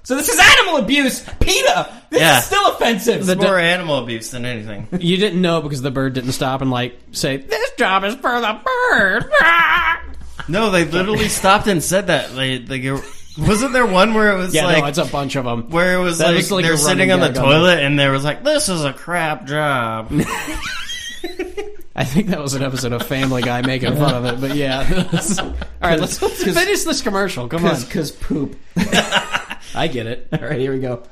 Speaker 1: so this is animal abuse, PETA. This
Speaker 4: Yeah.
Speaker 1: is still offensive.
Speaker 4: It's more animal abuse than anything.
Speaker 3: You didn't know because the bird didn't stop and like say, "This job [laughs] is for the bird."
Speaker 4: No, they literally stopped and said that. They, they, Wasn't there one where it was
Speaker 3: Yeah,
Speaker 4: like
Speaker 3: no, it's a bunch of them.
Speaker 4: where it was
Speaker 3: That
Speaker 4: like,
Speaker 3: was like a
Speaker 4: they're sitting on
Speaker 3: running
Speaker 4: the
Speaker 3: gag on them.
Speaker 4: toilet and there was like this is a crap job.
Speaker 3: [laughs] [laughs] I think that was an episode of Family Guy making fun of it, but yeah. [laughs] All right, let's, let's finish this commercial. Come on.
Speaker 1: Because poop.
Speaker 3: [laughs] I get it.
Speaker 1: All right, here we go.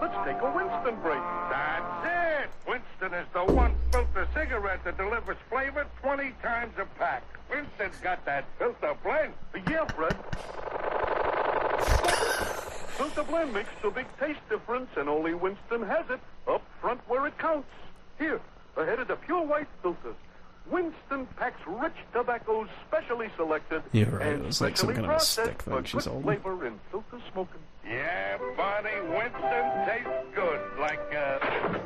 Speaker 6: Let's take a Winston break.
Speaker 9: That's it. Winston is the one filter cigarette that delivers flavor 20 times a pack. Winston's got that filter blend.
Speaker 6: Yeah, Fred. Filter blend makes a big taste difference, and only Winston has it up front where it counts. Here, ahead of the pure white filters, Winston packs rich tobaccos specially selected.
Speaker 3: Yeah, right.
Speaker 6: and
Speaker 3: It was like some
Speaker 6: specially
Speaker 3: kind of a
Speaker 6: processed
Speaker 3: stick thing.
Speaker 6: for
Speaker 3: She's
Speaker 6: good
Speaker 3: old.
Speaker 6: flavor and filter smoking.
Speaker 9: Yeah, buddy, Winston tastes good like a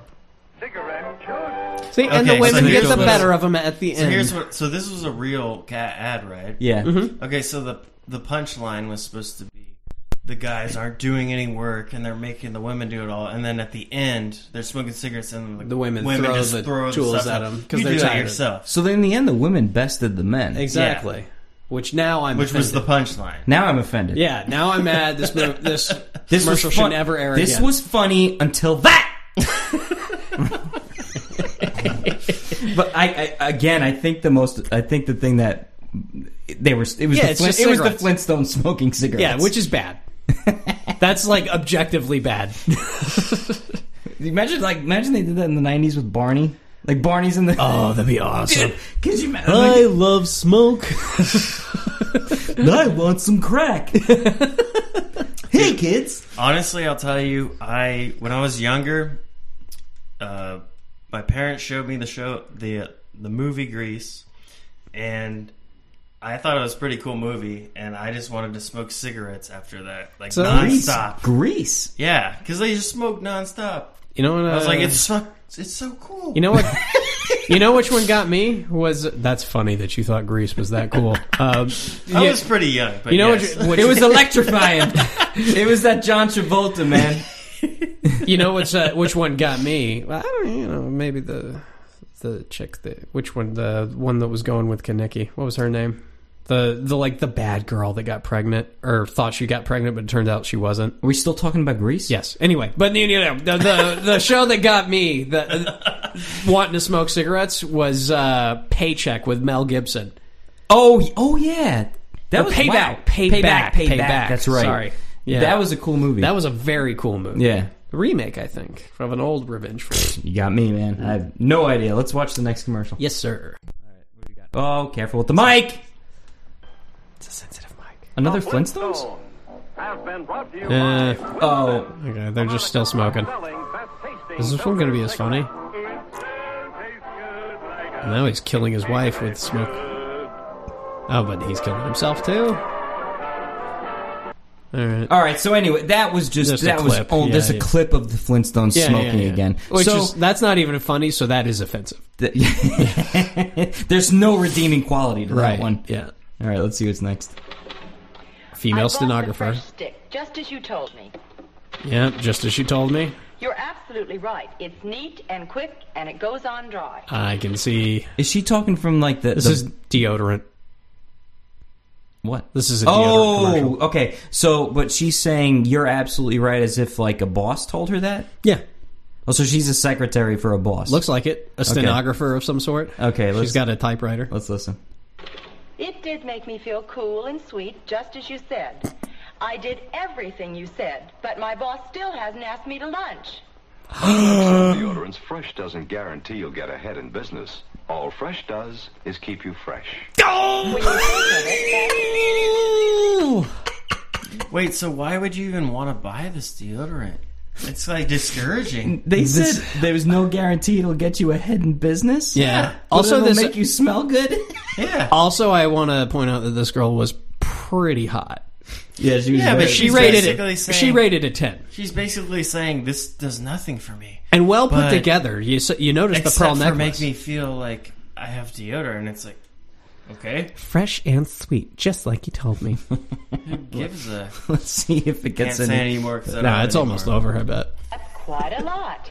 Speaker 9: cigarette juice.
Speaker 3: See, and
Speaker 4: Okay,
Speaker 3: the women
Speaker 4: so
Speaker 3: get
Speaker 4: here's
Speaker 3: the
Speaker 4: what-
Speaker 3: better of him at the
Speaker 4: So
Speaker 3: end. Mm-hmm.
Speaker 4: here's what. So this was a real cat ad, right?
Speaker 1: Yeah.
Speaker 4: Okay, so the the punchline was supposed to be the guys aren't doing any work and they're making the women do it all, and then at the end they're smoking cigarettes and the,
Speaker 3: The women throw
Speaker 4: just
Speaker 3: the
Speaker 4: throw
Speaker 3: tools
Speaker 4: stuff
Speaker 3: at
Speaker 4: out.
Speaker 3: 'em 'cause
Speaker 4: You
Speaker 3: they're
Speaker 4: do that
Speaker 3: tired.
Speaker 4: yourself,
Speaker 1: So then in the end, the women bested the men.
Speaker 3: exactly. Which now I'm.
Speaker 4: which was the
Speaker 3: offended.
Speaker 4: punchline.
Speaker 1: Now I'm offended.
Speaker 3: Yeah, now I'm mad. This move, this commercial should
Speaker 1: fun-
Speaker 3: never air
Speaker 1: This
Speaker 3: again.
Speaker 1: was funny until that. but I, I again, I think the most, I think the thing that they were, it was
Speaker 3: Yeah,
Speaker 1: the
Speaker 3: it's
Speaker 1: Flint,
Speaker 3: just
Speaker 1: it was the
Speaker 3: cigarettes.
Speaker 1: Flintstone smoking cigarettes.
Speaker 3: yeah, which
Speaker 1: [laughs]
Speaker 3: is bad. That's like objectively bad.
Speaker 1: imagine like imagine they did that in the '90s with Barney. Like Barney's in the
Speaker 3: Oh, that'd be awesome.
Speaker 1: [laughs] Could you imagine?
Speaker 3: I
Speaker 1: Like,
Speaker 3: love
Speaker 1: [laughs]
Speaker 3: smoke.
Speaker 1: I want some [laughs] crack. hey kids,
Speaker 4: Honestly, I'll tell you, I when I was younger, uh, my parents showed me the show the the movie Grease, and I thought it was a pretty cool movie, and I just wanted to smoke cigarettes after that, like
Speaker 3: So-
Speaker 1: Grease,
Speaker 4: [laughs] nonstop.
Speaker 1: Grease.
Speaker 4: Yeah, because they just smoke nonstop.
Speaker 3: You know what? uh,
Speaker 4: I was like, it's so, it's so cool.
Speaker 3: You
Speaker 1: [laughs]
Speaker 3: know what? you know which one got me was that's funny that you thought Greece was that cool. Um,
Speaker 4: I
Speaker 3: yeah,
Speaker 4: was pretty young, but
Speaker 3: you know
Speaker 4: yes.
Speaker 3: what? [laughs]
Speaker 1: It was electrifying. it was that John Travolta man.
Speaker 3: you know which uh, which one got me? Well, I don't you know maybe the the chick that which one the one that was going with Kaneki. What was her name? The the like the bad girl that got pregnant or thought she got pregnant but it turned out she wasn't.
Speaker 1: [laughs] Are we still talking about Grease?
Speaker 3: Yes. Anyway, but you know the the, the show that got me the uh, wanting to smoke cigarettes was uh, Paycheck with Mel Gibson.
Speaker 1: Oh, y- oh yeah. That
Speaker 3: Or Payback, Payback, Payback.
Speaker 1: That's right.
Speaker 3: Sorry. Yeah.
Speaker 1: That was a cool movie.
Speaker 3: That was a very cool movie.
Speaker 1: yeah.
Speaker 3: Remake, I think, of an old revenge film.
Speaker 1: You got me, man. I have no idea. Let's watch the next commercial.
Speaker 3: yes, sir.
Speaker 1: Oh, careful with the mic.
Speaker 3: It's a sensitive mic.
Speaker 1: Another Flintstones?
Speaker 6: Have been brought to you
Speaker 3: Uh,
Speaker 6: by
Speaker 1: Oh,
Speaker 3: [laughs] Okay, they're just still smoking. Is this one gonna be as funny? Now he's killing his wife with smoke. Oh, but he's killing himself too. All right.
Speaker 1: all right. So anyway, that was just,
Speaker 3: Just a
Speaker 1: that was
Speaker 3: clip.
Speaker 1: oh, there's
Speaker 3: Yeah,
Speaker 1: a
Speaker 3: yeah.
Speaker 1: clip of the Flintstones smoking again.
Speaker 3: Which
Speaker 1: so
Speaker 3: is that's not even funny, so that is offensive.
Speaker 1: th- [laughs] there's no redeeming quality to that one.
Speaker 3: Yeah.
Speaker 1: All right, let's see what's next.
Speaker 3: Female
Speaker 8: I bought the
Speaker 3: stenographer.
Speaker 8: fresh stick, just as you told me.
Speaker 3: Yeah, just as she told me.
Speaker 8: You're absolutely right. It's neat and quick, and it goes on dry.
Speaker 3: I can see
Speaker 1: Is she talking from like the
Speaker 3: this
Speaker 1: the-
Speaker 3: is deodorant.
Speaker 1: what?
Speaker 3: This is a deodorant
Speaker 1: Oh,
Speaker 3: commercial.
Speaker 1: okay. So, but she's saying you're absolutely right, as if like a boss told her that.
Speaker 3: Yeah.
Speaker 1: Oh, so she's a secretary for a boss.
Speaker 3: Looks like it. A stenographer of some sort.
Speaker 1: Okay, let's-
Speaker 3: She's got a typewriter.
Speaker 1: Let's listen.
Speaker 8: It did make me feel cool and sweet, just as you said. I did everything you said, but my boss still hasn't asked me to lunch.
Speaker 5: Deodorants fresh doesn't guarantee you'll get ahead in business. All fresh does is keep you fresh.
Speaker 4: Wait, so why would you even want to buy this deodorant? It's
Speaker 3: [laughs]
Speaker 4: like discouraging.
Speaker 1: They said there's no guarantee it'll get you ahead in business.
Speaker 3: Yeah.
Speaker 1: But
Speaker 3: Also,
Speaker 1: it'll
Speaker 3: this
Speaker 1: make you smell good.
Speaker 4: Yeah,
Speaker 3: Also, I want to point out that this girl was pretty hot.
Speaker 1: yeah, she was
Speaker 4: Yeah,
Speaker 1: very-
Speaker 4: but she-
Speaker 3: She
Speaker 4: She's
Speaker 3: rated
Speaker 4: basically
Speaker 3: it.
Speaker 4: saying-
Speaker 3: She rated a ten,
Speaker 4: she's basically saying this does nothing for me.
Speaker 3: and well put
Speaker 4: But-
Speaker 3: together. You s- you notice the
Speaker 4: Except
Speaker 3: pearl
Speaker 4: for
Speaker 3: necklace,
Speaker 4: make me feel like I have deodorant. It's like, okay,
Speaker 3: fresh and sweet, just like you
Speaker 1: [laughs]
Speaker 3: told me.
Speaker 4: gives a.
Speaker 3: [laughs]
Speaker 1: Let's [laughs] see if it
Speaker 4: Can't
Speaker 1: gets
Speaker 4: say
Speaker 1: any.
Speaker 4: anymore. 'cause I don't
Speaker 3: nah,
Speaker 4: have
Speaker 3: it's
Speaker 4: any
Speaker 3: almost
Speaker 4: more.
Speaker 3: over. I bet.
Speaker 8: That's quite a lot.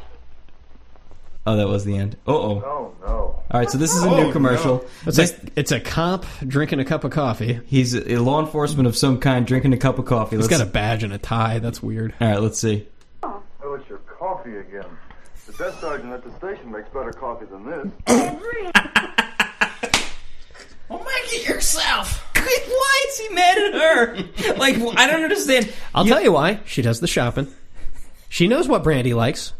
Speaker 1: Oh, that was the end. Uh oh.
Speaker 6: Oh, no.
Speaker 1: All right, so this is a new commercial.
Speaker 3: It's
Speaker 1: This-
Speaker 3: a, it's a cop drinking a cup of coffee.
Speaker 1: he's a law enforcement of some kind, drinking a cup of coffee.
Speaker 3: He's
Speaker 1: Let's,
Speaker 3: got a badge and a tie. That's weird.
Speaker 1: all right, let's [laughs] see.
Speaker 11: Oh, it's your coffee again. The desk sergeant at the station makes better coffee than this.
Speaker 1: Well, make it yourself. Why is he mad at her? [laughs] Like, I don't understand.
Speaker 3: I'll tell you why. She does the shopping. She knows what Brandy likes.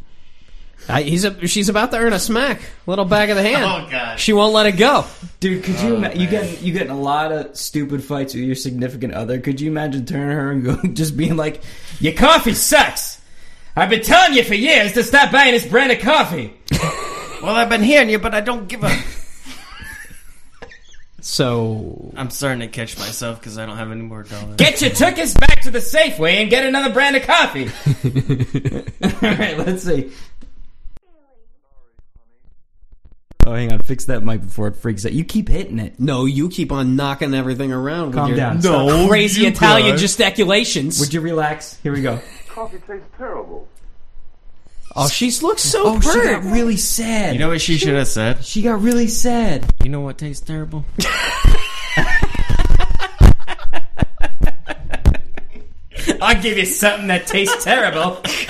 Speaker 3: I, he's a, she's about to earn a smack. Little back of the hand.
Speaker 4: Oh, God.
Speaker 3: She won't let it go.
Speaker 1: Dude, could you ima- you get you get in a lot of stupid fights with your significant other? Could you imagine turning to her and go, [laughs] just being like, "Your coffee sucks. I've been telling you for years to stop buying this brand of coffee."
Speaker 4: Well, I've been hearing you, but I don't give a. [laughs]
Speaker 3: So
Speaker 4: I'm starting to catch myself because I don't have any more dollars.
Speaker 1: Get your tuchus back to the Safeway and get another brand of coffee. [laughs] All right, let's see. Oh, hang on, fix that mic before it freaks out. You keep hitting it.
Speaker 3: no, you keep on knocking everything around.
Speaker 1: Calm
Speaker 3: with your
Speaker 1: down.
Speaker 4: No,
Speaker 3: crazy
Speaker 4: you
Speaker 3: Italian
Speaker 4: guys.
Speaker 3: gesticulations.
Speaker 1: Would you relax? Here we go.
Speaker 11: Coffee tastes terrible.
Speaker 3: oh, she looks so
Speaker 1: Oh, she
Speaker 3: hurt.
Speaker 1: got really sad.
Speaker 4: You know what she should have said?
Speaker 3: [laughs]
Speaker 1: she got really sad.
Speaker 4: You know what tastes terrible?
Speaker 1: I'll give you something that tastes terrible.
Speaker 2: [laughs] Please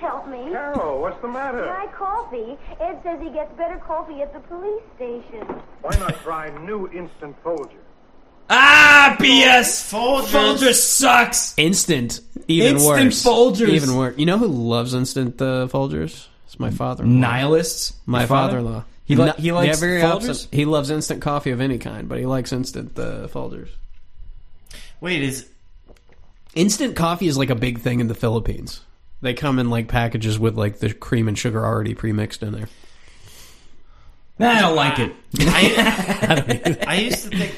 Speaker 2: help me.
Speaker 6: Oh,
Speaker 11: Carol, what's the matter?
Speaker 2: My coffee. Ed says he gets better coffee at the police station.
Speaker 11: Why not try new instant Folger?
Speaker 1: Ah, BS.
Speaker 4: Folgers.
Speaker 1: Folgers sucks.
Speaker 3: instant, even
Speaker 1: Instant
Speaker 3: worse.
Speaker 1: Folgers.
Speaker 3: even worse. You know who loves instant uh, Folgers? It's my father.
Speaker 1: Nihilists.
Speaker 3: My
Speaker 1: Your
Speaker 3: father-in-law.
Speaker 1: He, li-
Speaker 3: No-
Speaker 1: he likes
Speaker 3: never helps
Speaker 1: Folgers.
Speaker 3: him. He loves instant coffee of any kind, but he likes instant uh, Folgers.
Speaker 4: Wait, is
Speaker 3: Instant coffee is like a big thing in the Philippines. They come in like packages with like the cream and sugar already pre-mixed in there.
Speaker 1: Nah, I don't like it.
Speaker 4: I used
Speaker 3: [laughs]
Speaker 4: to think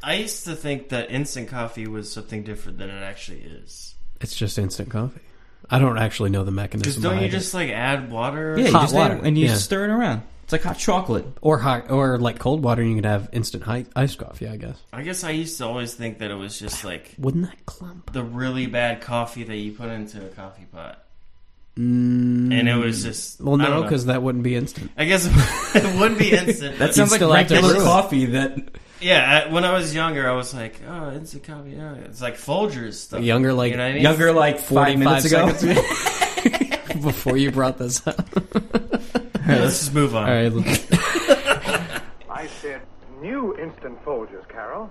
Speaker 4: I used to think that instant coffee was something different than it actually is.
Speaker 3: It's just instant coffee. I don't actually know the mechanism.
Speaker 4: Because don't you
Speaker 3: behind it.
Speaker 4: just like add water?
Speaker 1: Yeah, you
Speaker 3: Hot
Speaker 1: just
Speaker 3: water.
Speaker 1: and you
Speaker 3: Yeah.
Speaker 1: stir it around. It's like hot chocolate.
Speaker 3: or hot or like cold water? and You could have instant hi- iced coffee, I guess.
Speaker 4: I guess I used to always think that it was just like
Speaker 3: Wouldn't that clump?
Speaker 4: the really bad coffee that you put into a coffee pot.
Speaker 1: Mm.
Speaker 4: And it was just
Speaker 3: Well,
Speaker 4: I don't
Speaker 3: no,
Speaker 4: know.
Speaker 3: because that wouldn't be instant.
Speaker 4: I guess [laughs] it would be instant.
Speaker 1: That sounds like
Speaker 3: still have to
Speaker 1: regular
Speaker 3: brew it.
Speaker 1: coffee. That
Speaker 4: yeah. I, when I was younger, I was like, oh, instant coffee. Yeah, it's like Folgers stuff.
Speaker 3: Younger, like,
Speaker 4: you know what I mean?
Speaker 1: younger like five minutes ago.
Speaker 3: ago. [laughs] Before you brought this up.
Speaker 4: Yeah, let's just move on.
Speaker 3: All right, let's-
Speaker 11: I said new instant Folgers, Carol.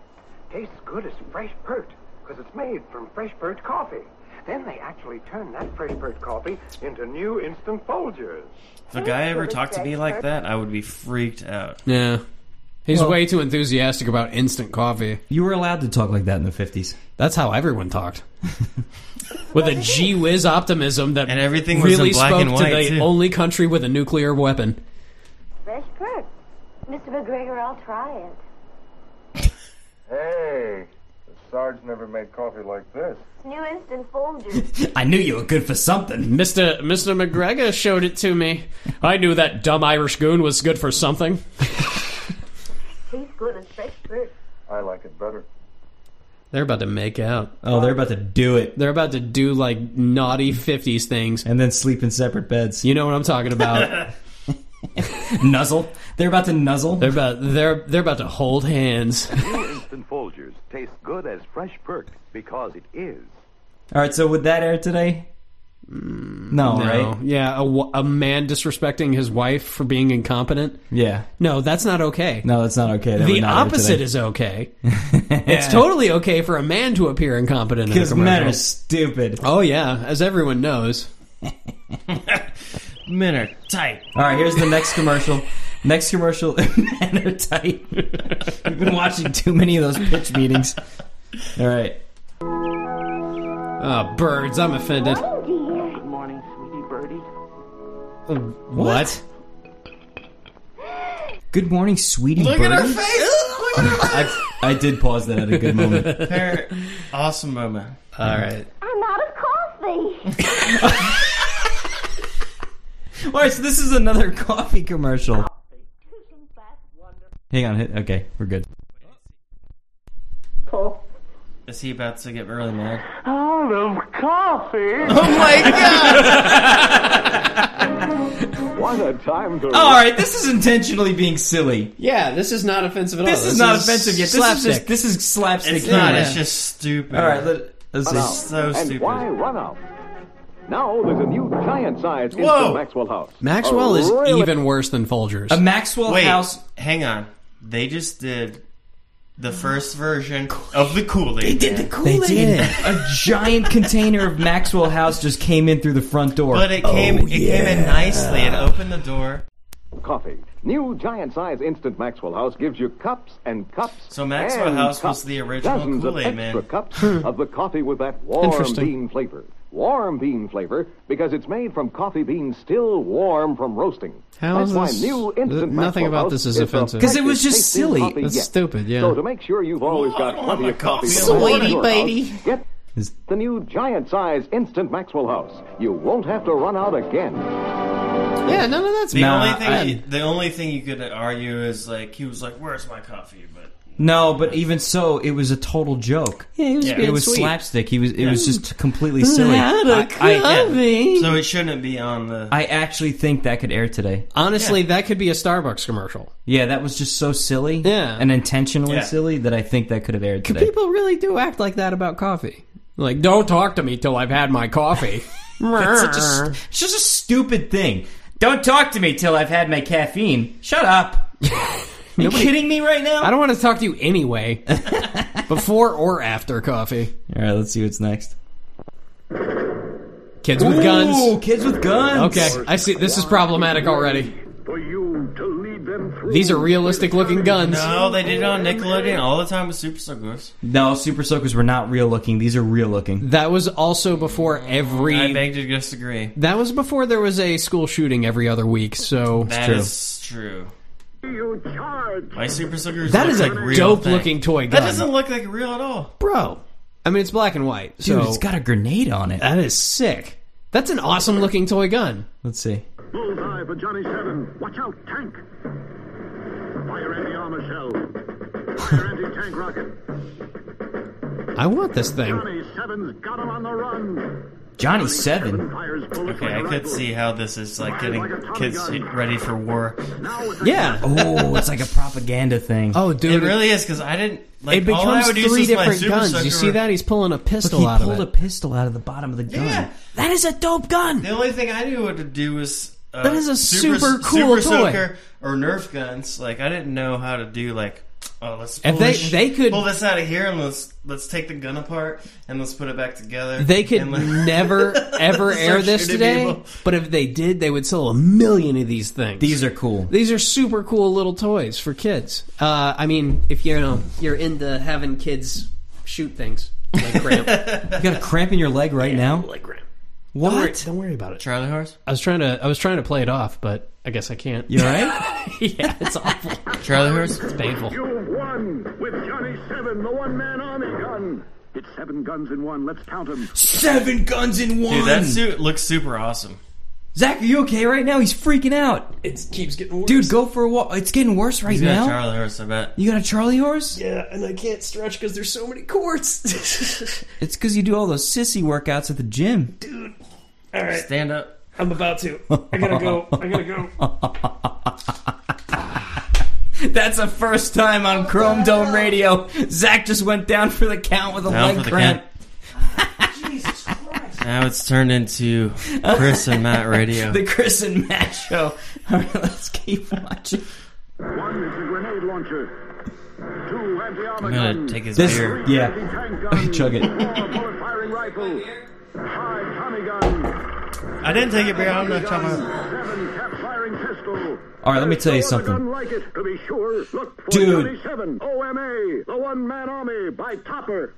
Speaker 11: Tastes good as fresh pert, because it's made from fresh pert coffee. Then they actually turn that fresh pert coffee into new instant Folgers.
Speaker 4: If a guy ever talked to me like that, I would be freaked out.
Speaker 3: yeah. He's
Speaker 1: Well-
Speaker 3: way too enthusiastic about instant coffee.
Speaker 1: You were allowed to talk like that in the fifties.
Speaker 3: That's how everyone talked. [laughs] with a gee whiz optimism that
Speaker 4: And everything was in
Speaker 3: really
Speaker 4: black
Speaker 3: spoke
Speaker 4: and white,
Speaker 3: to the
Speaker 4: too.
Speaker 3: only country with a nuclear weapon.
Speaker 2: Fresh perk. Mr. McGregor, I'll try it.
Speaker 11: Hey, the Sarge never made coffee like this.
Speaker 2: New instant
Speaker 4: [laughs]
Speaker 2: Folgers.
Speaker 1: I knew you were good for something.
Speaker 3: Mr. Mr. McGregor showed it to me. I knew that dumb Irish goon was good for something.
Speaker 2: Tastes good as fresh perk.
Speaker 11: I like it better.
Speaker 3: They're about to make out.
Speaker 1: Oh, they're about to do it,
Speaker 3: They're about to do like naughty 50s things.
Speaker 1: and then sleep in separate beds.
Speaker 3: You know what I'm talking about.
Speaker 1: [laughs] nuzzle. They're about to nuzzle.
Speaker 3: they're about they're they're about to hold hands.
Speaker 5: New instant Folgers taste good as fresh perk because it is.
Speaker 1: All right, so would that air today? Mm, No,
Speaker 3: No.
Speaker 1: [laughs] right?
Speaker 3: Yeah, a, wa- a man disrespecting his wife for being incompetent.
Speaker 1: Yeah.
Speaker 3: No, that's not okay.
Speaker 1: No, that's not okay. That
Speaker 3: the
Speaker 1: would not air
Speaker 3: opposite
Speaker 1: today.
Speaker 3: is
Speaker 1: [laughs]
Speaker 3: okay. It's totally okay for a man to appear incompetent in a
Speaker 1: because men
Speaker 3: commercial.
Speaker 1: are stupid.
Speaker 3: Oh yeah, as everyone knows.
Speaker 4: Men are tight.
Speaker 1: All right, here's the next [laughs] commercial. Next commercial, [laughs] men are tight. [laughs] We've been watching too many of those pitch meetings. All right.
Speaker 3: Ah, birds, I'm offended.
Speaker 2: Oh, dear.
Speaker 12: Good morning, sweetie birdie.
Speaker 3: What?
Speaker 1: Good morning, sweetie.
Speaker 4: Look
Speaker 1: birdie.
Speaker 4: at her face. Look at her face.
Speaker 1: I, I did pause that at a good moment.
Speaker 4: [laughs] Her awesome moment.
Speaker 3: All right.
Speaker 2: I'm out
Speaker 4: [laughs]
Speaker 2: of coffee.
Speaker 1: All right, so this is another coffee commercial. Hang on. hit- Okay, we're good.
Speaker 4: Is he about to get really mad?
Speaker 12: Out of coffee?
Speaker 4: Oh my god!
Speaker 5: What a
Speaker 7: good time
Speaker 3: Oh,
Speaker 7: to.
Speaker 1: All right, this is intentionally being silly.
Speaker 3: Yeah, this is not offensive at all.
Speaker 1: This is not offensive yet. This
Speaker 3: slapstick.
Speaker 1: is just, this is slapstick.
Speaker 4: It's not.
Speaker 1: humor.
Speaker 4: It's just stupid.
Speaker 1: All right, let, let's
Speaker 7: Run out.
Speaker 1: see.
Speaker 4: so
Speaker 7: and
Speaker 4: stupid.
Speaker 7: why run out? Now there's a new giant-sized
Speaker 4: Whoa!
Speaker 7: instant Maxwell house.
Speaker 3: Maxwell
Speaker 1: Oh,
Speaker 7: A
Speaker 3: is
Speaker 7: really-
Speaker 3: even worse than Folgers.
Speaker 1: A Maxwell
Speaker 4: Wait,
Speaker 1: House.
Speaker 4: hang on. They just did the first version of the Kool Aid.
Speaker 1: Kool-Aid. A giant container of Maxwell House just came in through the front door.
Speaker 4: but it came.
Speaker 1: Oh,
Speaker 4: it came in
Speaker 1: yeah.
Speaker 4: nicely. It opened the door.
Speaker 7: coffee. New giant-sized instant Maxwell house gives you cups and cups.
Speaker 4: So Maxwell
Speaker 7: and
Speaker 4: House was
Speaker 7: cups.
Speaker 4: the original
Speaker 7: Dozens
Speaker 4: Kool-Aid
Speaker 7: of
Speaker 4: man.
Speaker 7: extra cups of the coffee with that warm
Speaker 3: Interesting.
Speaker 7: bean flavor. Warm bean flavor because it's made from coffee beans still warm from roasting.
Speaker 3: How
Speaker 7: That's
Speaker 3: is
Speaker 7: why
Speaker 3: this-
Speaker 7: new instant
Speaker 3: nothing
Speaker 7: Maxwell
Speaker 3: about
Speaker 7: House
Speaker 3: this is
Speaker 7: the
Speaker 3: offensive. 'Cause
Speaker 1: it was just
Speaker 7: freshest tasting
Speaker 1: silly.
Speaker 7: coffee
Speaker 3: That's
Speaker 7: yet.
Speaker 3: stupid, yeah.
Speaker 7: So to make sure you've always
Speaker 4: I
Speaker 7: got
Speaker 4: don't
Speaker 7: plenty
Speaker 4: want
Speaker 7: of
Speaker 4: my
Speaker 7: coffee,
Speaker 4: coffee.
Speaker 7: to warm
Speaker 4: Sweetie
Speaker 7: your
Speaker 12: baby.
Speaker 7: house, get the new giant-sized instant Maxwell house. You won't have to run out again.
Speaker 3: yeah, none of that's
Speaker 4: The
Speaker 1: Nah,
Speaker 4: only thing.
Speaker 1: I-
Speaker 4: you, the only thing you could argue is like he was like, "Where's my coffee?" But
Speaker 1: No, Oh, but even so, it was a total joke.
Speaker 3: Yeah, he was
Speaker 4: Yeah.
Speaker 3: being
Speaker 4: It's
Speaker 1: It was
Speaker 3: sweet.
Speaker 1: slapstick. He was. It was just completely silly. I, I,
Speaker 4: so it shouldn't be on the.
Speaker 1: I actually think that could air today.
Speaker 3: Honestly, that could be a Starbucks commercial.
Speaker 1: Yeah, that was just so silly.
Speaker 3: Yeah.
Speaker 1: and intentionally
Speaker 4: Yeah.
Speaker 1: silly that I think that could have aired today.
Speaker 3: People really do act like that about coffee. Like, don't talk to me till I've had
Speaker 1: [laughs]
Speaker 3: my coffee.
Speaker 1: It's such a, it's just a stupid thing. Don't talk to me till I've had my caffeine. Shut
Speaker 3: [laughs]
Speaker 1: up. you kidding me right now?
Speaker 3: I don't want to talk to you
Speaker 1: [laughs]
Speaker 3: anyway, before or after coffee.
Speaker 1: All right, let's see what's next.
Speaker 3: Kids with guns.
Speaker 1: Ooh, kids with guns.
Speaker 3: Okay, I see. This is problematic already.
Speaker 6: [laughs] For you to lead them through.
Speaker 3: These are realistic looking guns.
Speaker 4: no, they did it on Nickelodeon all the time with Super Soakers.
Speaker 1: No, super soakers were not real looking. These are real looking.
Speaker 3: That was also before every.
Speaker 4: I beg to disagree.
Speaker 3: That was before there was a school shooting every other week. So
Speaker 4: That
Speaker 1: true.
Speaker 4: is true.
Speaker 6: You charge.
Speaker 4: My Super Soakers.
Speaker 3: that
Speaker 4: look
Speaker 3: is a
Speaker 4: like real
Speaker 3: dope
Speaker 4: thing.
Speaker 3: looking toy gun.
Speaker 4: That doesn't look like real at all.
Speaker 3: bro. I mean, it's black and white.
Speaker 1: Dude,
Speaker 3: So
Speaker 1: it's got a grenade on it.
Speaker 3: that is sick. That's an awesome looking toy gun.
Speaker 1: Let's see.
Speaker 6: Bullseye for Johnny Seven. Watch out, tank. Fire anti-armor shell. Fire anti-tank rocket.
Speaker 3: I want this thing.
Speaker 6: Johnny Seven's got him on the run.
Speaker 1: Johnny Seven.
Speaker 6: Fires bullets
Speaker 4: Okay, I
Speaker 6: like a
Speaker 4: could
Speaker 6: rifle.
Speaker 4: see how this is like getting kids ready for war.
Speaker 6: Now it's a
Speaker 3: Yeah.
Speaker 1: Oh, it's like a propaganda thing.
Speaker 3: Oh, dude.
Speaker 4: It really is because I didn't. Like,
Speaker 3: it
Speaker 4: all I
Speaker 3: becomes
Speaker 4: would use
Speaker 3: three
Speaker 4: was my
Speaker 3: different
Speaker 4: Super
Speaker 3: guns. You
Speaker 4: Soaker.
Speaker 3: see that? He's pulling a pistol
Speaker 1: he
Speaker 3: out of
Speaker 1: pulled
Speaker 3: it.
Speaker 1: a pistol out of the bottom of the gun.
Speaker 4: Yeah.
Speaker 1: That is a dope gun.
Speaker 4: The only thing I knew what to do was uh,
Speaker 3: That is a super cool toy.
Speaker 4: super Soaker or Nerf guns. Like I didn't know how to do like. Oh, let's
Speaker 3: If
Speaker 4: pull
Speaker 3: they-
Speaker 4: this,
Speaker 3: they could-
Speaker 4: pull this out of here and let's let's take the gun apart and let's put it back together.
Speaker 3: They could
Speaker 4: and let-
Speaker 3: never
Speaker 4: [laughs]
Speaker 3: ever
Speaker 4: Start
Speaker 3: air this
Speaker 4: shooting
Speaker 3: today,
Speaker 4: people.
Speaker 3: but if they did, they would sell a million of [laughs] these things.
Speaker 1: These are cool.
Speaker 3: these are super cool little toys for kids. Uh, I mean, if you know you're into having kids shoot things like Graham,
Speaker 1: You got a cramp in your leg right now?
Speaker 3: like Graham.
Speaker 1: What?
Speaker 3: Don't worry, don't worry about it.
Speaker 4: Charlie horse.
Speaker 3: [laughs] I was trying to I was trying to play it off, but I guess I can't.
Speaker 1: You all right?
Speaker 3: yeah, it's awful.
Speaker 4: Charlie horse.
Speaker 3: It's painful.
Speaker 6: You've won with Johnny Seven, the one-man army gun. It's seven guns in one. Let's count them.
Speaker 1: Seven guns in one.
Speaker 4: Dude, that suit looks super awesome.
Speaker 1: Zach, are you okay right now? He's freaking out.
Speaker 3: It keeps getting worse.
Speaker 1: Dude, go for a walk. It's getting worse right
Speaker 4: He's got
Speaker 1: now.
Speaker 4: Charlie horse. I bet.
Speaker 1: you got a Charlie horse?
Speaker 3: Yeah, and I can't stretch because there's so many [laughs] cords.
Speaker 1: It's because you do all those sissy workouts at the gym.
Speaker 3: All right,
Speaker 4: Stand up.
Speaker 3: I'm about to. I gotta go. I gotta go.
Speaker 1: That's the first time on Chrome Dome Radio. Zach just went down for the count with a
Speaker 4: Down for
Speaker 1: leg
Speaker 4: the
Speaker 1: cramp.
Speaker 4: count. Now it's turned into Chris and Matt
Speaker 1: [laughs]
Speaker 4: Radio.
Speaker 1: The Chris and Matt show. All right, let's keep watching.
Speaker 6: One is a grenade launcher. Two anti-armor
Speaker 4: I'm gonna
Speaker 6: guns.
Speaker 4: take his
Speaker 1: This-
Speaker 4: beer.
Speaker 1: Yeah.
Speaker 6: Anti-tank
Speaker 1: [laughs]
Speaker 6: guns.
Speaker 1: Chug it.
Speaker 6: Four bullet-firing rifle. Five Tommy guns.
Speaker 4: I didn't take your beer. I'm not talking about.
Speaker 6: Seven cap-firing pistol.
Speaker 1: All right, let me
Speaker 6: There's
Speaker 1: tell you
Speaker 6: no other
Speaker 1: something.
Speaker 6: gun like it. To be sure, look for
Speaker 1: Dude.
Speaker 6: Johnny Seven, OMA, the one-man army by Topper.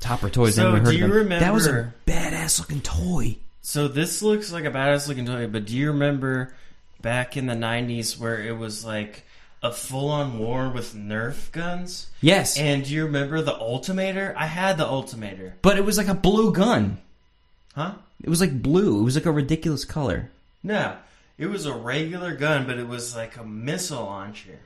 Speaker 1: Topper Toys.
Speaker 4: So,
Speaker 1: I never heard
Speaker 4: do
Speaker 1: of
Speaker 4: you
Speaker 1: them. That was a
Speaker 4: remember-
Speaker 1: badass looking toy.
Speaker 4: So this looks like a badass looking toy, but do you remember back in the '90s where it was like a full-on war with Nerf guns?
Speaker 1: Yes,
Speaker 4: And do you remember the Ultimator? I had the Ultimator.
Speaker 1: but it was like a blue gun.
Speaker 4: Huh?
Speaker 1: It was like blue. It was like a ridiculous color.
Speaker 4: No, it was a regular gun, but it was like a missile launcher,